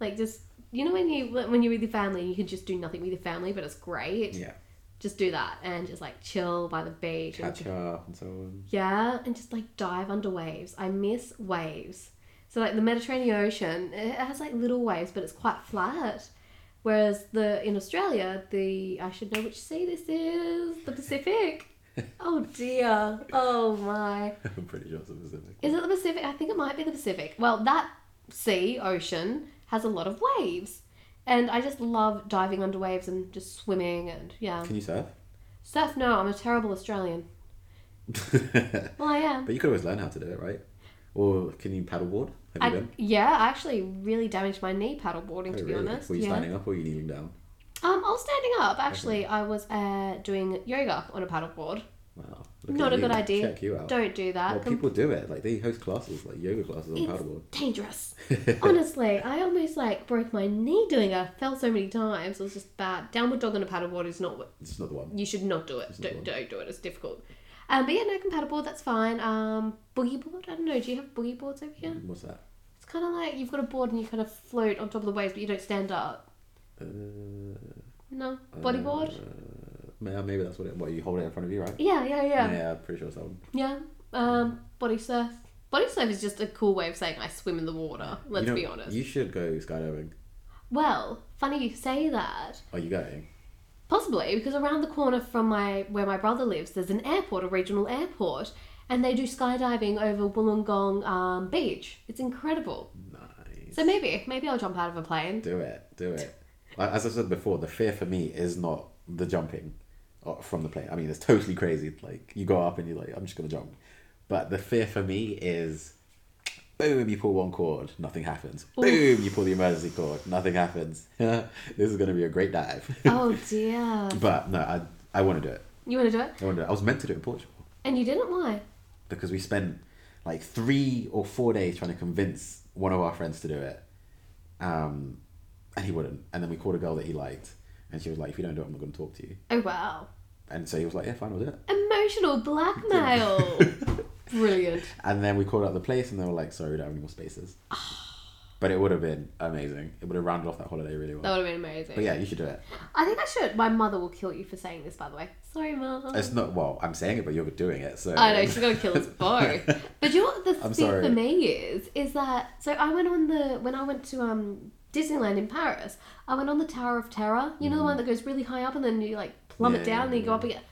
[SPEAKER 1] Like, just, you know, when, you, when you're with your family, you can just do nothing with your family, but it's great.
[SPEAKER 2] Yeah.
[SPEAKER 1] Just do that and just like chill by the beach. and
[SPEAKER 2] Catch up and so on.
[SPEAKER 1] Yeah, and just like dive under waves. I miss waves. So like the Mediterranean Ocean, it has like little waves, but it's quite flat. Whereas the in Australia, the I should know which sea this is, the Pacific. oh dear. Oh my.
[SPEAKER 2] I'm pretty sure it's the Pacific.
[SPEAKER 1] Is it the Pacific? I think it might be the Pacific. Well, that sea, ocean, has a lot of waves. And I just love diving under waves and just swimming and yeah.
[SPEAKER 2] Can you surf?
[SPEAKER 1] Surf, no, I'm a terrible Australian.
[SPEAKER 2] but
[SPEAKER 1] Well, I am.
[SPEAKER 2] you could always learn how to do it, right? Or can you paddleboard? Have you
[SPEAKER 1] I,
[SPEAKER 2] done?
[SPEAKER 1] yeah, I actually really damaged my knee paddleboarding
[SPEAKER 2] Oh,
[SPEAKER 1] to be
[SPEAKER 2] really?
[SPEAKER 1] honest.
[SPEAKER 2] Were you
[SPEAKER 1] yeah.
[SPEAKER 2] standing up or were you kneeling down?
[SPEAKER 1] Um, I was standing up actually. I was uh, doing yoga on a paddleboard.
[SPEAKER 2] Wow. Look
[SPEAKER 1] Not
[SPEAKER 2] at
[SPEAKER 1] a
[SPEAKER 2] you.
[SPEAKER 1] good idea.
[SPEAKER 2] Check you out.
[SPEAKER 1] Don't do that.
[SPEAKER 2] Oh. well, people do it. Like they host classes, like yoga classes on
[SPEAKER 1] It's
[SPEAKER 2] paddleboard.
[SPEAKER 1] dangerous. Honestly, I almost like broke my knee doing it. I fell so many times. It was just bad. Downward dog on a paddleboard is not what
[SPEAKER 2] It's not the one.
[SPEAKER 1] you should not do it.
[SPEAKER 2] not
[SPEAKER 1] Don't,
[SPEAKER 2] good.
[SPEAKER 1] don't do it. It's difficult. Um, but yeah, no compatible. That's fine. Um, boogie board. I don't know. Do you have boogie boards over here?
[SPEAKER 2] What's that?
[SPEAKER 1] It's kind of like you've got a board and you kind of float on top of the waves, but you don't stand up.
[SPEAKER 2] Uh,
[SPEAKER 1] No bodyboard.
[SPEAKER 2] Uh, ma- maybe that's what it. What you hold it in front of you, right?
[SPEAKER 1] Yeah, yeah, yeah. Yeah.
[SPEAKER 2] I'm pretty sure it's that one.
[SPEAKER 1] Um, body surf. Body surf is just a cool way of saying I swim in the water. Let's
[SPEAKER 2] You know,
[SPEAKER 1] be honest.
[SPEAKER 2] You should go skydiving.
[SPEAKER 1] Well, funny you say that.
[SPEAKER 2] Are you going?
[SPEAKER 1] Possibly because around the corner from my where my brother lives, there's an airport, a regional airport, and they do skydiving over Wollongong um, Beach. It's incredible.
[SPEAKER 2] Nice.
[SPEAKER 1] So maybe, maybe I'll jump out of a plane.
[SPEAKER 2] do it. Do it. Like, As I said before, the fear for me is not the jumping uh, from the plane. I mean, it's totally crazy. Like you go up and you're like, I'm just gonna jump. But the fear for me is, boom, you pull one cord, nothing happens. Boom, you pull the emergency cord, nothing happens. this is gonna be a great dive.
[SPEAKER 1] oh dear.
[SPEAKER 2] but no, I I want to do it.
[SPEAKER 1] You want to do it?
[SPEAKER 2] I want to. I was meant to do it in Portugal.
[SPEAKER 1] And you didn't? Why?
[SPEAKER 2] because we spent like three or four days trying to convince one of our friends to do it. Um, and he wouldn't. And then we called a girl that he liked. And she was like, if you don't do it, I'm not going to talk to you.
[SPEAKER 1] Oh wow.
[SPEAKER 2] And so he was like, yeah, fine, we'll do it.
[SPEAKER 1] Emotional blackmail. Brilliant.
[SPEAKER 2] And then we called out the place and they were like, sorry, we don't have any more spaces. but it would have been amazing. It would have rounded off that holiday really well.
[SPEAKER 1] That would have been amazing.
[SPEAKER 2] But yeah, you should do it.
[SPEAKER 1] I think I should. My mother will kill you for saying this, by the way. Sorry, mum.
[SPEAKER 2] It's not, well, I'm saying it, but you're doing it. So
[SPEAKER 1] I know she's gonna kill us both. But you know what the
[SPEAKER 2] I'm
[SPEAKER 1] thing
[SPEAKER 2] sorry.
[SPEAKER 1] for me is, is that so I went on the when I went to um Disneyland in Paris, I went on the Tower of Terror. You know the one that goes really high up and then you like plummet
[SPEAKER 2] Yeah,
[SPEAKER 1] down and then
[SPEAKER 2] Mm. yeah,
[SPEAKER 1] you go up again.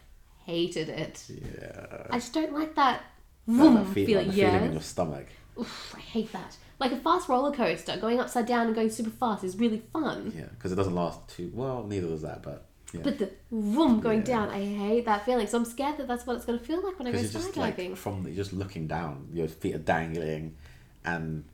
[SPEAKER 1] Hated it.
[SPEAKER 2] yeah.
[SPEAKER 1] I just don't like that.
[SPEAKER 2] That,
[SPEAKER 1] Vroom,
[SPEAKER 2] that feel,
[SPEAKER 1] feeling,
[SPEAKER 2] the
[SPEAKER 1] yeah.
[SPEAKER 2] feeling in your stomach.
[SPEAKER 1] Oof, I hate that. Like a fast roller coaster, going upside down and going super fast is really fun.
[SPEAKER 2] Yeah, because it doesn't last too, well, neither does that, but yeah.
[SPEAKER 1] But the vroom going
[SPEAKER 2] Yeah.
[SPEAKER 1] down, I hate that feeling. So I'm scared that that's what it's going to feel like when I go
[SPEAKER 2] Because you're just
[SPEAKER 1] skydiving.
[SPEAKER 2] like from you're just looking down, your feet are dangling, and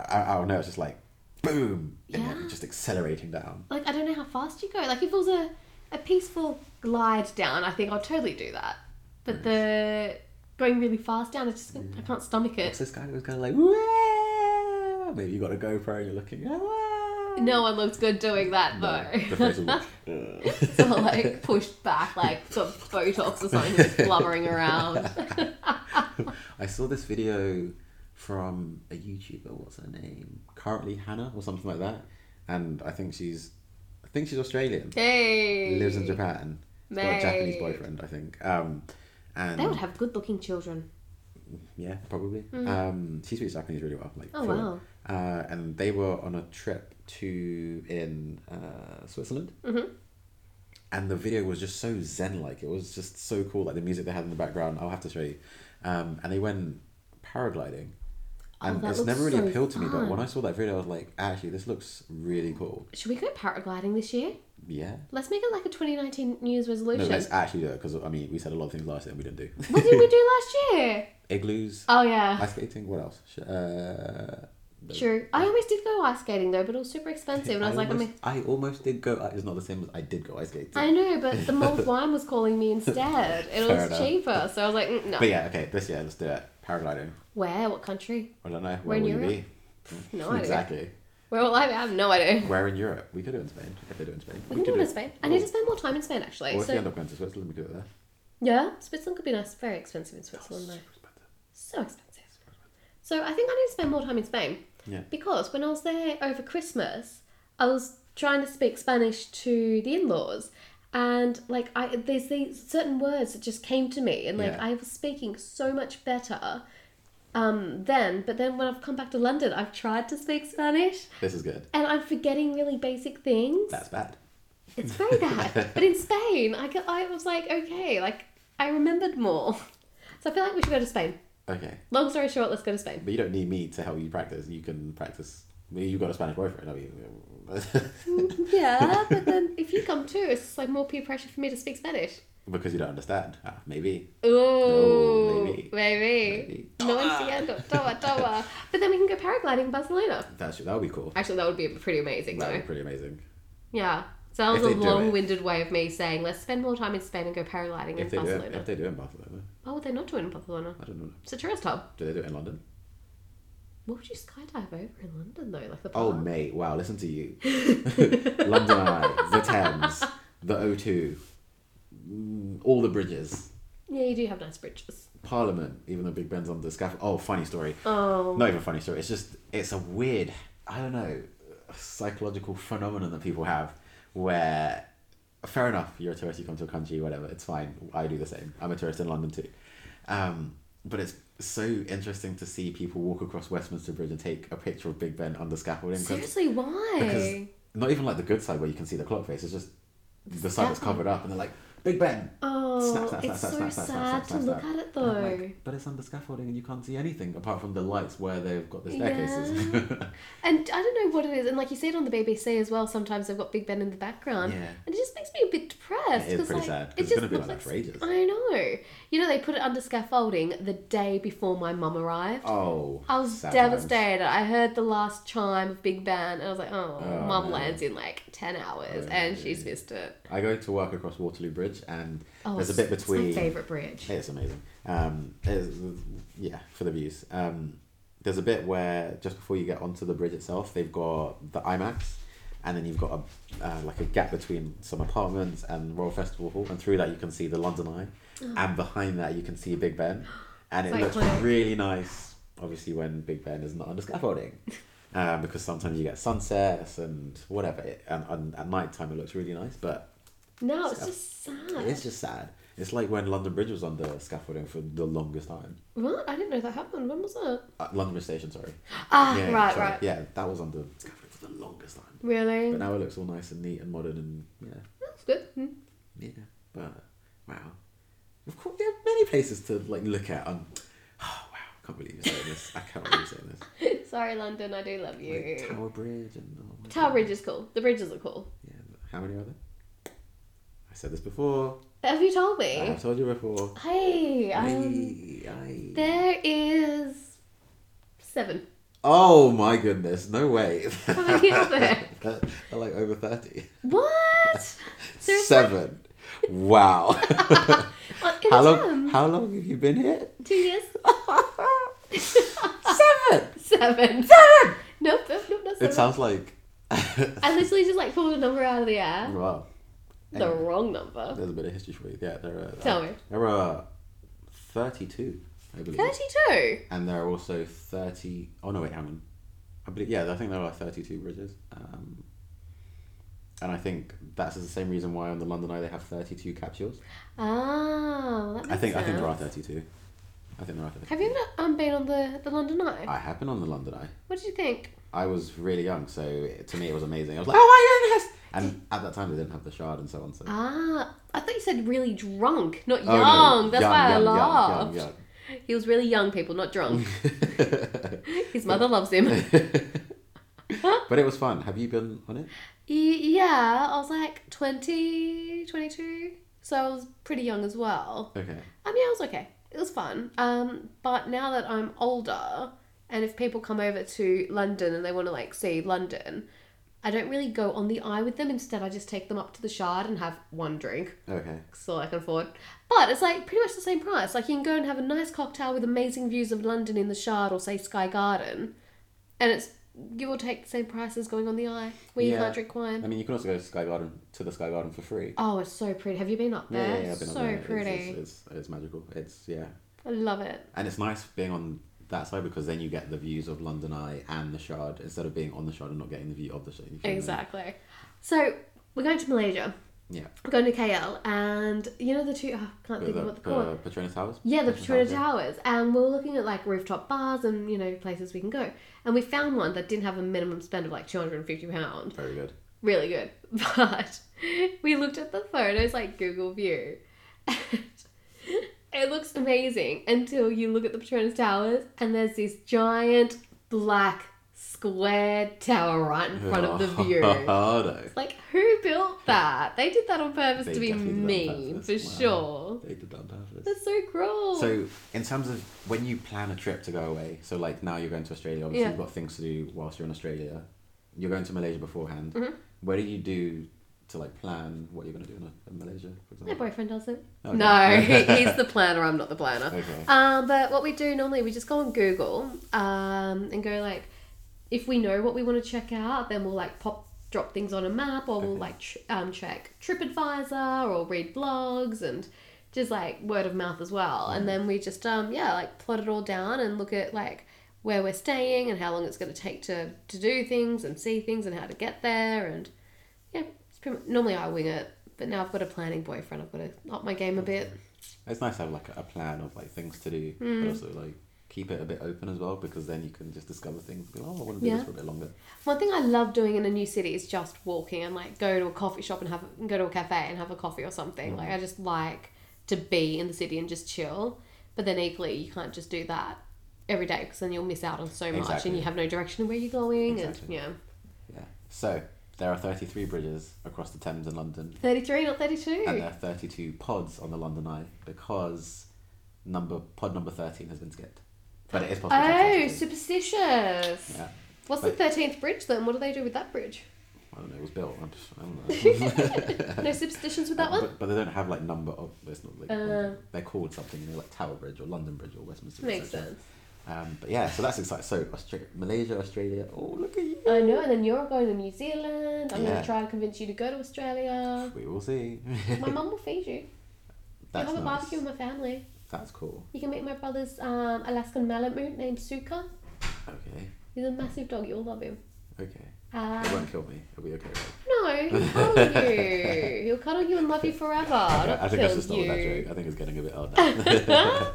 [SPEAKER 2] I, I don't know. It's just like boom, and then
[SPEAKER 1] Yeah.
[SPEAKER 2] just accelerating down.
[SPEAKER 1] like I don't know how fast you go. Like if it was a, a peaceful glide down, I think I'll totally do that. But the going really fast down, I just I can't stomach
[SPEAKER 2] What's
[SPEAKER 1] it.
[SPEAKER 2] this guy who's kind of like? Wah! Maybe you got a GoPro and you're looking. "Ah,
[SPEAKER 1] No one looked good doing that though.
[SPEAKER 2] The face will be-
[SPEAKER 1] it's all like pushed back, like some Botox or something just blubbering around.
[SPEAKER 2] I saw this video from a YouTuber. What's her name? Currently Hannah or something like that. And I think she's, I think she's Australian.
[SPEAKER 1] Hey.
[SPEAKER 2] Lives in Japan. She's Got a Japanese
[SPEAKER 1] Mate.
[SPEAKER 2] boyfriend, I think. Um, and
[SPEAKER 1] They would have good looking children.
[SPEAKER 2] yeah, probably. Um, she speaks Japanese really well. Like
[SPEAKER 1] Mm-hmm. Oh,
[SPEAKER 2] fluent.
[SPEAKER 1] wow.
[SPEAKER 2] Uh, and they were on a trip to in uh, Switzerland.
[SPEAKER 1] Mhm.
[SPEAKER 2] And the video was just so zen like. It was just so cool. Like the music they had in the background. I'll have to show you. Um, and they went paragliding.
[SPEAKER 1] Oh,
[SPEAKER 2] And
[SPEAKER 1] that
[SPEAKER 2] it's
[SPEAKER 1] looks
[SPEAKER 2] never really
[SPEAKER 1] so
[SPEAKER 2] appealed to me, but when
[SPEAKER 1] fun.
[SPEAKER 2] I saw that video, I was like, actually, this looks really cool.
[SPEAKER 1] Should we go paragliding this year?
[SPEAKER 2] Yeah.
[SPEAKER 1] Let's make it like a 2019 New Year's
[SPEAKER 2] No,
[SPEAKER 1] resolution.
[SPEAKER 2] let's actually do it because I mean, we said a lot of things last year and we didn't do.
[SPEAKER 1] what did we do last year?
[SPEAKER 2] Igloos,
[SPEAKER 1] Oh yeah,
[SPEAKER 2] ice skating. What else? Sh- Uh,
[SPEAKER 1] true. I almost did go ice skating though, but it was super expensive, and I was like, I
[SPEAKER 2] almost,
[SPEAKER 1] mean,
[SPEAKER 2] I almost did go. uh, It's not the same as I did go ice skating.
[SPEAKER 1] I know, but the mulled wine was calling me instead. It
[SPEAKER 2] Fair
[SPEAKER 1] was
[SPEAKER 2] enough.
[SPEAKER 1] cheaper, so I was like, mm, no.
[SPEAKER 2] But yeah, okay, this year let's do it. Paragliding.
[SPEAKER 1] Where? What country?
[SPEAKER 2] I don't know.
[SPEAKER 1] We're
[SPEAKER 2] Where
[SPEAKER 1] in
[SPEAKER 2] will you
[SPEAKER 1] Europe?
[SPEAKER 2] be?
[SPEAKER 1] No idea.
[SPEAKER 2] exactly.
[SPEAKER 1] Where will I be? I have no idea.
[SPEAKER 2] Where in Europe? We could do it in Spain. If they do it in Spain.
[SPEAKER 1] We can
[SPEAKER 2] could
[SPEAKER 1] go to Spain. I need to spend more time in Spain
[SPEAKER 2] Or
[SPEAKER 1] actually.
[SPEAKER 2] if we end
[SPEAKER 1] So
[SPEAKER 2] up going to Switzerland, we could do it there.
[SPEAKER 1] yeah, Switzerland could be nice. Very expensive in Switzerland though. So expensive. So I think I need to spend more time in Spain.
[SPEAKER 2] Yeah.
[SPEAKER 1] Because when I was there over Christmas, I was trying to speak Spanish to the in-laws, and like I there's these certain words that just came to me, and like
[SPEAKER 2] Yeah.
[SPEAKER 1] I was speaking so much better. Um, then, but then when I've come back to London, I've tried to speak Spanish
[SPEAKER 2] This is good.
[SPEAKER 1] and I'm forgetting really basic things.
[SPEAKER 2] That's bad.
[SPEAKER 1] It's very bad. but in Spain, I, got, I was like, okay, like I remembered more. So I feel like we should go to Spain.
[SPEAKER 2] Okay,
[SPEAKER 1] Long story short, let's go to Spain.
[SPEAKER 2] but you don't need me to help you practice. You can practice. well, You've got a Spanish boyfriend, have you?
[SPEAKER 1] Yeah, but then if you come too, it's just like more peer pressure for me to speak Spanish.
[SPEAKER 2] because you don't understand. Ah, maybe.
[SPEAKER 1] Ooh,
[SPEAKER 2] maybe.
[SPEAKER 1] maybe. maybe.
[SPEAKER 2] Maybe.
[SPEAKER 1] No entiendo, toma, toma. But then we can go paragliding in Barcelona.
[SPEAKER 2] That's that would be cool.
[SPEAKER 1] Actually, that would be pretty amazing,
[SPEAKER 2] That would
[SPEAKER 1] though.
[SPEAKER 2] be pretty amazing.
[SPEAKER 1] Yeah. So that
[SPEAKER 2] If
[SPEAKER 1] was a
[SPEAKER 2] they do it.
[SPEAKER 1] long-winded way of me saying, let's spend more time in Spain and go paragliding in
[SPEAKER 2] If they do it,
[SPEAKER 1] Barcelona.
[SPEAKER 2] if they do it in Barcelona,
[SPEAKER 1] Why would they not do it in Barcelona?
[SPEAKER 2] I don't know.
[SPEAKER 1] It's a tourist hub.
[SPEAKER 2] Do they do it in London?
[SPEAKER 1] What would you skydive over in London though? Like the
[SPEAKER 2] Oh
[SPEAKER 1] park?
[SPEAKER 2] mate, wow! Listen to you. London Eye, the Thames, the O2, mm, all the bridges,
[SPEAKER 1] Yeah, you do have nice bridges.
[SPEAKER 2] Parliament, even though Big Ben's on the scaffold. Oh, funny story.
[SPEAKER 1] Oh.
[SPEAKER 2] Not even funny story. It's just it's a weird, I don't know, psychological phenomenon that people have where. Fair enough, you're a tourist, you come to a country, whatever, it's fine. I do the same. I'm a tourist in London too. Um, but it's so interesting to see people walk across Westminster Bridge and take a picture of Big Ben under scaffolding. 'cause
[SPEAKER 1] Seriously, why?
[SPEAKER 2] because not even like the good side where you can see the clock face. It's just the side that's
[SPEAKER 1] Snap.
[SPEAKER 2] covered up, and they're like Big Ben.
[SPEAKER 1] Oh,
[SPEAKER 2] Snap, snap, snap,
[SPEAKER 1] it's
[SPEAKER 2] snap,
[SPEAKER 1] so
[SPEAKER 2] snap,
[SPEAKER 1] sad
[SPEAKER 2] snap, snap,
[SPEAKER 1] to
[SPEAKER 2] snap,
[SPEAKER 1] look
[SPEAKER 2] snap.
[SPEAKER 1] at it
[SPEAKER 2] And I'm
[SPEAKER 1] though.
[SPEAKER 2] like, but it's under scaffolding, and you can't see anything apart from the lights where they've got the staircases. Yeah.
[SPEAKER 1] And I don't know what it is, and like you see it on the BBC as well. Sometimes they've got Big Ben in the background,
[SPEAKER 2] Yeah.
[SPEAKER 1] and it just makes me a bit depressed.
[SPEAKER 2] It is
[SPEAKER 1] 'cause,
[SPEAKER 2] pretty
[SPEAKER 1] like,
[SPEAKER 2] sad, 'cause
[SPEAKER 1] it
[SPEAKER 2] it's
[SPEAKER 1] just
[SPEAKER 2] gonna be
[SPEAKER 1] looks
[SPEAKER 2] like that for ages.
[SPEAKER 1] I know. You know, they put it under scaffolding the day before my mum arrived.
[SPEAKER 2] oh,
[SPEAKER 1] I was
[SPEAKER 2] sad times.
[SPEAKER 1] devastated. I heard the last chime of Big Ben, and I was like, "Oh,
[SPEAKER 2] Oh,
[SPEAKER 1] mum
[SPEAKER 2] no.
[SPEAKER 1] lands in like ten hours,
[SPEAKER 2] Oh,
[SPEAKER 1] and
[SPEAKER 2] no.
[SPEAKER 1] she's missed it."
[SPEAKER 2] I go to work across Waterloo Bridge, and
[SPEAKER 1] Oh,
[SPEAKER 2] there's a bit
[SPEAKER 1] it's-
[SPEAKER 2] between.
[SPEAKER 1] It's my favorite bridge.
[SPEAKER 2] It's amazing. Um, it's, yeah, for the views. Um, there's a bit where just before you get onto the bridge itself, they've got the IMAX, and then you've got a uh, like a gap between some apartments and Royal Festival Hall, and through that you can see the London Eye, and behind that you can see Big Ben, and it
[SPEAKER 1] Oh. It's
[SPEAKER 2] looks
[SPEAKER 1] iconic.
[SPEAKER 2] really nice. Obviously, when Big Ben is not under scaffolding. Um, because sometimes you get sunsets and whatever, it, and, and at night time it looks really nice, but
[SPEAKER 1] No, it's
[SPEAKER 2] Sad.
[SPEAKER 1] just sad.
[SPEAKER 2] it's just sad. It's like when London Bridge was under scaffolding for the longest time.
[SPEAKER 1] What? I didn't know that happened. When was that?
[SPEAKER 2] Uh, London Bridge Station, sorry.
[SPEAKER 1] Ah,
[SPEAKER 2] Yeah,
[SPEAKER 1] right,
[SPEAKER 2] sorry.
[SPEAKER 1] right.
[SPEAKER 2] Yeah, that was under scaffolding for the longest time.
[SPEAKER 1] Really?
[SPEAKER 2] But uh, now it looks all nice and neat and modern and yeah,
[SPEAKER 1] That's good. Hmm.
[SPEAKER 2] yeah. But wow, of course there are many places to like look at. Um, oh wow, I can't believe you're saying this. I can't believe you're saying this.
[SPEAKER 1] Sorry, London, I do love you.
[SPEAKER 2] Like, Tower Bridge and oh my
[SPEAKER 1] Tower
[SPEAKER 2] God.
[SPEAKER 1] Bridge is cool. The bridges are cool.
[SPEAKER 2] Yeah, but how many are there? I said this before.
[SPEAKER 1] Have you told me?
[SPEAKER 2] I have told you before.
[SPEAKER 1] Hey, Eh? um,
[SPEAKER 2] Aye, aye.
[SPEAKER 1] there is seven.
[SPEAKER 2] Oh my goodness, no way.
[SPEAKER 1] How many are there?
[SPEAKER 2] They're like over 30.
[SPEAKER 1] What? Seriously?
[SPEAKER 2] Seven. Wow.
[SPEAKER 1] Uh, In
[SPEAKER 2] how,
[SPEAKER 1] a
[SPEAKER 2] long,
[SPEAKER 1] term?
[SPEAKER 2] how long have you been here?
[SPEAKER 1] Two years?
[SPEAKER 2] Seven.
[SPEAKER 1] seven. Seven. Nope, nope, nope, not seven.
[SPEAKER 2] It sounds like
[SPEAKER 1] I literally just like pulled a number out of the air.
[SPEAKER 2] Wow.
[SPEAKER 1] The
[SPEAKER 2] Anyway.
[SPEAKER 1] wrong number.
[SPEAKER 2] There's a bit of history for you. Yeah, there are.
[SPEAKER 1] Tell me.
[SPEAKER 2] There are 32, I believe.
[SPEAKER 1] 32.
[SPEAKER 2] And there are also 30. Oh, no, wait, hang on. I believe, yeah, I think there are 32 bridges. Um, and I think that's the same reason why on the London Eye they have 32 capsules.
[SPEAKER 1] Ah, that
[SPEAKER 2] I
[SPEAKER 1] makes
[SPEAKER 2] think I think there are
[SPEAKER 1] sense.
[SPEAKER 2] 32. I think there are 32.
[SPEAKER 1] Have you ever um, been on the, the London Eye?
[SPEAKER 2] I have been on the London Eye.
[SPEAKER 1] What did you think?
[SPEAKER 2] I was really young, so it- to me it was amazing. I was like, oh my goodness! And at that time they didn't have the shard and so on. So.
[SPEAKER 1] Ah, I thought you said really drunk, not
[SPEAKER 2] Oh, no,
[SPEAKER 1] Ah, young. That's why I
[SPEAKER 2] young,
[SPEAKER 1] laughed.
[SPEAKER 2] young,
[SPEAKER 1] He was really young, people, not drunk.
[SPEAKER 2] young, young.
[SPEAKER 1] His mother loves him.
[SPEAKER 2] but it was fun. Have you been on it?
[SPEAKER 1] He- yeah, I was like 20, 22. So I was pretty young as well.
[SPEAKER 2] Okay.
[SPEAKER 1] I mean, I was okay. It was fun. Um, but now that I'm older, and if people come over to London and they want to like see London, I don't really go on the eye with them. Instead, I just take them up to the Shard and have one drink.
[SPEAKER 2] Okay.
[SPEAKER 1] so I can afford. But it's like pretty much the same price. Like you can go and have a nice cocktail with amazing views of London in the Shard or say Sky Garden, and it's give or take the same price as going on the Eye where you
[SPEAKER 2] Yeah.
[SPEAKER 1] can't drink
[SPEAKER 2] I
[SPEAKER 1] wine.
[SPEAKER 2] mean, you can also go to Sky Garden to the Sky Garden for free.
[SPEAKER 1] Oh, it's so pretty. Have you been up there?
[SPEAKER 2] I've been
[SPEAKER 1] so
[SPEAKER 2] up there. It's-
[SPEAKER 1] pretty.
[SPEAKER 2] It's, it's, it's magical. It's yeah,
[SPEAKER 1] I love it.
[SPEAKER 2] and it's nice being on that side because then you get the views of London Eye and the Shard instead of being on the Shard and not getting the view of the Shard. You feel me?
[SPEAKER 1] Exactly. So we're going to Malaysia.
[SPEAKER 2] Yeah.
[SPEAKER 1] We're going to KL, and you know the two. Oh, I can't
[SPEAKER 2] But
[SPEAKER 1] think
[SPEAKER 2] the,
[SPEAKER 1] of what they're called.
[SPEAKER 2] uh, Petronas Towers.
[SPEAKER 1] Yeah, the
[SPEAKER 2] Petronas
[SPEAKER 1] Patrona
[SPEAKER 2] yeah.
[SPEAKER 1] Towers. And we were looking at like rooftop bars and, you know, places we can go. And we found one that didn't have a minimum spend of like £250.
[SPEAKER 2] Very good.
[SPEAKER 1] Really good. But we looked at the photos like Google View. And it looks amazing until you look at the Patrona's Towers and there's this giant black square tower right in front of the view.
[SPEAKER 2] Oh, no.
[SPEAKER 1] Like, who built that? They did that on purpose
[SPEAKER 2] They
[SPEAKER 1] to be
[SPEAKER 2] definitely did that on
[SPEAKER 1] mean, for
[SPEAKER 2] purpose. Wow.
[SPEAKER 1] sure.
[SPEAKER 2] They did that on purpose.
[SPEAKER 1] That's so cruel.
[SPEAKER 2] So, in terms of when you plan a trip to go away, so like now you're going to Australia, obviously
[SPEAKER 1] Yeah.
[SPEAKER 2] you've got things to do whilst you're in Australia. You're going to Malaysia beforehand.
[SPEAKER 1] Mhm.
[SPEAKER 2] What do you do to like plan what you're going to do in, uh, in Malaysia, for
[SPEAKER 1] My
[SPEAKER 2] example? Oh,
[SPEAKER 1] boyfriend doesn't.
[SPEAKER 2] Okay.
[SPEAKER 1] No, he- he's the planner. I'm not the planner.
[SPEAKER 2] Okay.
[SPEAKER 1] Um, but what we do normally, we just go on Google um, and go like, if we know what we want to check out, then we'll like pop drop things on a map, or we'll
[SPEAKER 2] Okay.
[SPEAKER 1] like tr- um, check TripAdvisor or read blogs and just like word of mouth as well. And then we just um, yeah, like plot it all down and look at like where we're staying and how long it's going to take to to do things and see things and how to get there and yeah, it's pretty much, normally I wing it, but now I've got a planning boyfriend. I've got to up my game a bit.
[SPEAKER 2] It's nice to have like a plan of like things to do,
[SPEAKER 1] Mm.
[SPEAKER 2] but also like keep it a bit open as well because then you can just discover things. Be like, oh, I want to do
[SPEAKER 1] Yeah.
[SPEAKER 2] this for a bit longer.
[SPEAKER 1] One thing I love doing in a new city is just walking and like go to a coffee shop and have and go to a cafe and have a coffee or something. Like I just like to be in the city and just chill. But then equally, you can't just do that every day because then you'll miss out on so much
[SPEAKER 2] Exactly.
[SPEAKER 1] and you have no direction of where you're going.
[SPEAKER 2] Exactly.
[SPEAKER 1] And
[SPEAKER 2] Yeah. So there are 33 bridges across the Thames in London,
[SPEAKER 1] yeah, thirty three, not thirty two.
[SPEAKER 2] and there are 32 pods on the London Eye because number pod number 13 has been skipped. But it is possible. to have
[SPEAKER 1] Oh,
[SPEAKER 2] 33.
[SPEAKER 1] superstitious.
[SPEAKER 2] Yeah.
[SPEAKER 1] What's the
[SPEAKER 2] But-
[SPEAKER 1] thirteenth bridge then? What do they do with that bridge?
[SPEAKER 2] I don't know. It was built. I'm just, I don't know.
[SPEAKER 1] No superstitions with that one.
[SPEAKER 2] But, but they don't have like number of. It's not like
[SPEAKER 1] Uh.
[SPEAKER 2] London. they're called something. You know, like Tower Bridge or London Bridge or Westminster.
[SPEAKER 1] Makes
[SPEAKER 2] etc..
[SPEAKER 1] sense.
[SPEAKER 2] Um, but yeah, so that's exciting. So Australia, Malaysia, Australia. Oh, look at you.
[SPEAKER 1] I know, and then you're going to New Zealand. I'm going
[SPEAKER 2] Yeah.
[SPEAKER 1] to try to convince you to go to Australia.
[SPEAKER 2] We will see.
[SPEAKER 1] My mum will feed you.
[SPEAKER 2] that's
[SPEAKER 1] I have a
[SPEAKER 2] nice.
[SPEAKER 1] barbecue with my family.
[SPEAKER 2] That's cool.
[SPEAKER 1] You can make my brother's um, Alaskan Malamute named Suka.
[SPEAKER 2] Okay.
[SPEAKER 1] He's a massive dog. You'll love him.
[SPEAKER 2] Okay.
[SPEAKER 1] Uh,
[SPEAKER 2] It won't kill me. It'll be okay. right?
[SPEAKER 1] no, he'll cuddle you. He'll cuddle you and love you forever.
[SPEAKER 2] Okay, I
[SPEAKER 1] Not
[SPEAKER 2] think that's
[SPEAKER 1] kill
[SPEAKER 2] just not
[SPEAKER 1] you.
[SPEAKER 2] that joke. I think it's getting a bit odd now.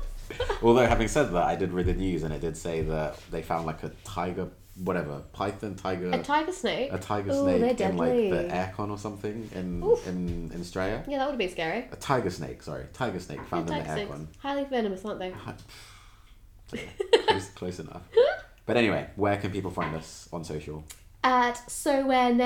[SPEAKER 2] Although, having said that, I did read the news and it did say that they found like a tiger, whatever, python, tiger,
[SPEAKER 1] A tiger snake.
[SPEAKER 2] a tiger
[SPEAKER 1] Ooh,
[SPEAKER 2] snake
[SPEAKER 1] they're
[SPEAKER 2] in like
[SPEAKER 1] deadly.
[SPEAKER 2] the aircon or something in
[SPEAKER 1] Oof.
[SPEAKER 2] in, in Australia.
[SPEAKER 1] yeah, that would have been scary.
[SPEAKER 2] A tiger snake, sorry, tiger snake
[SPEAKER 1] Yeah,
[SPEAKER 2] found in the
[SPEAKER 1] tiger snakes.
[SPEAKER 2] aircon.
[SPEAKER 1] Highly venomous, aren't they?
[SPEAKER 2] close, close enough. But anyway, where can people find us on social?
[SPEAKER 1] At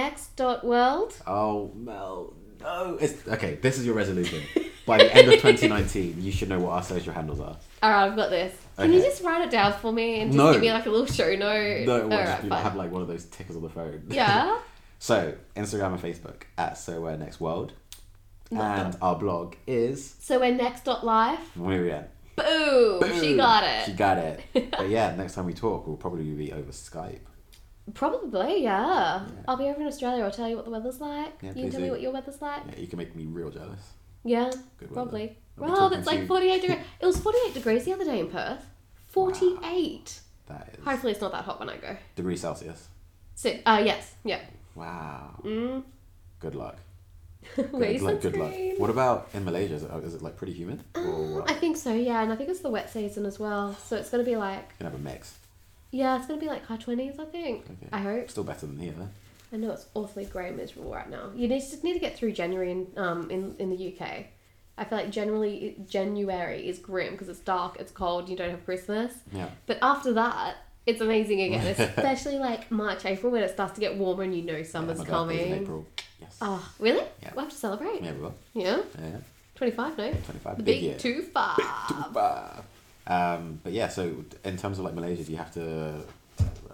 [SPEAKER 1] sowherenext.world.
[SPEAKER 2] Oh Mel, no! It's okay. This is your resolution. By the end of 2019, you should know what our social handles are.
[SPEAKER 1] Alright, I've got this. Can you
[SPEAKER 2] Okay.
[SPEAKER 1] just write it down for me and just
[SPEAKER 2] No.
[SPEAKER 1] give me like a little show note?
[SPEAKER 2] No, it won't.
[SPEAKER 1] Alright,
[SPEAKER 2] you
[SPEAKER 1] fine.
[SPEAKER 2] have like one of those tickers on the phone.
[SPEAKER 1] yeah.
[SPEAKER 2] So Instagram and Facebook at So Where Next World,
[SPEAKER 1] Not
[SPEAKER 2] and our blog is
[SPEAKER 1] So we're next.life.
[SPEAKER 2] Muy bien.
[SPEAKER 1] Boom! Oh, She
[SPEAKER 2] Boom.
[SPEAKER 1] got
[SPEAKER 2] She
[SPEAKER 1] it.
[SPEAKER 2] got it. but yeah, next time we talk, we'll probably be over Skype.
[SPEAKER 1] Probably, yeah.
[SPEAKER 2] Yeah.
[SPEAKER 1] I'll be over in Australia. I'll tell you what the weather's like.
[SPEAKER 2] Yeah,
[SPEAKER 1] you can
[SPEAKER 2] please
[SPEAKER 1] tell me
[SPEAKER 2] do.
[SPEAKER 1] what your weather's like.
[SPEAKER 2] Yeah, you can make me real jealous.
[SPEAKER 1] Yeah,
[SPEAKER 2] Good weather.
[SPEAKER 1] probably.
[SPEAKER 2] I'll be
[SPEAKER 1] Well,
[SPEAKER 2] talking
[SPEAKER 1] that's
[SPEAKER 2] to
[SPEAKER 1] like
[SPEAKER 2] you.
[SPEAKER 1] 48 degrees. It was 48 degrees the other day in Perth. 48.
[SPEAKER 2] That is
[SPEAKER 1] Hopefully, it's not that hot when I go.
[SPEAKER 2] degrees Celsius.
[SPEAKER 1] So, uh, yes, yeah.
[SPEAKER 2] Wow.
[SPEAKER 1] Mm.
[SPEAKER 2] Good luck.
[SPEAKER 1] Wear
[SPEAKER 2] Good
[SPEAKER 1] your
[SPEAKER 2] luck. Good luck.
[SPEAKER 1] sunscreen.
[SPEAKER 2] What about in Malaysia? Is it, is it like pretty humid? Or what?
[SPEAKER 1] Uh, I think so, yeah, and I think it's the wet season as well. So it's gonna be like,
[SPEAKER 2] You can have a mix.
[SPEAKER 1] yeah, it's gonna be like high twenties, I think.
[SPEAKER 2] Okay.
[SPEAKER 1] I hope.
[SPEAKER 2] Still better than here. though.
[SPEAKER 1] I know it's awfully grey and miserable right now. You need just need to get through January in um in, in the UK. I feel like generally January is grim because it's dark, it's cold, you don't have Christmas.
[SPEAKER 2] Yeah.
[SPEAKER 1] But after that, it's amazing again, especially like March, April when it starts to get warmer and you know summer's
[SPEAKER 2] yeah, my birthday's In
[SPEAKER 1] coming.
[SPEAKER 2] April. Yes.
[SPEAKER 1] Oh, really?
[SPEAKER 2] Yeah.
[SPEAKER 1] We'll have to celebrate.
[SPEAKER 2] Yeah, we will.
[SPEAKER 1] Yeah,
[SPEAKER 2] Yeah.
[SPEAKER 1] twenty five, no.
[SPEAKER 2] Twenty five.
[SPEAKER 1] The
[SPEAKER 2] Big,
[SPEAKER 1] big,
[SPEAKER 2] year.
[SPEAKER 1] two five.
[SPEAKER 2] Bah. Um, but yeah, so in terms of like Malaysia, do you have to uh,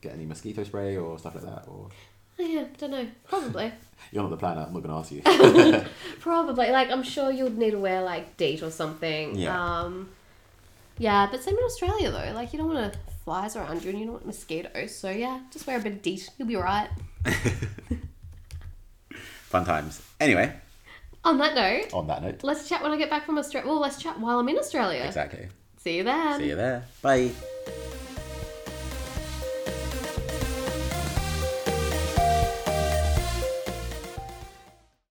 [SPEAKER 2] get any mosquito spray or stuff like that? Or
[SPEAKER 1] Yeah, don't know. Probably.
[SPEAKER 2] you're not the planner. I'm not going to ask you.
[SPEAKER 1] Probably. Like, I'm sure you'll need to wear, like, date or something.
[SPEAKER 2] Yeah.
[SPEAKER 1] Um, yeah, but same in Australia, though. Like, you don't want to flies around you and you don't want mosquitoes. So, yeah, just wear a bit of DEET. You'll be right.
[SPEAKER 2] Fun times. Anyway,
[SPEAKER 1] On that note,
[SPEAKER 2] on that note,
[SPEAKER 1] let's chat when I get back from Australia. Well, let's chat while I'm in Australia.
[SPEAKER 2] exactly.
[SPEAKER 1] See you then.
[SPEAKER 2] See you there. Bye.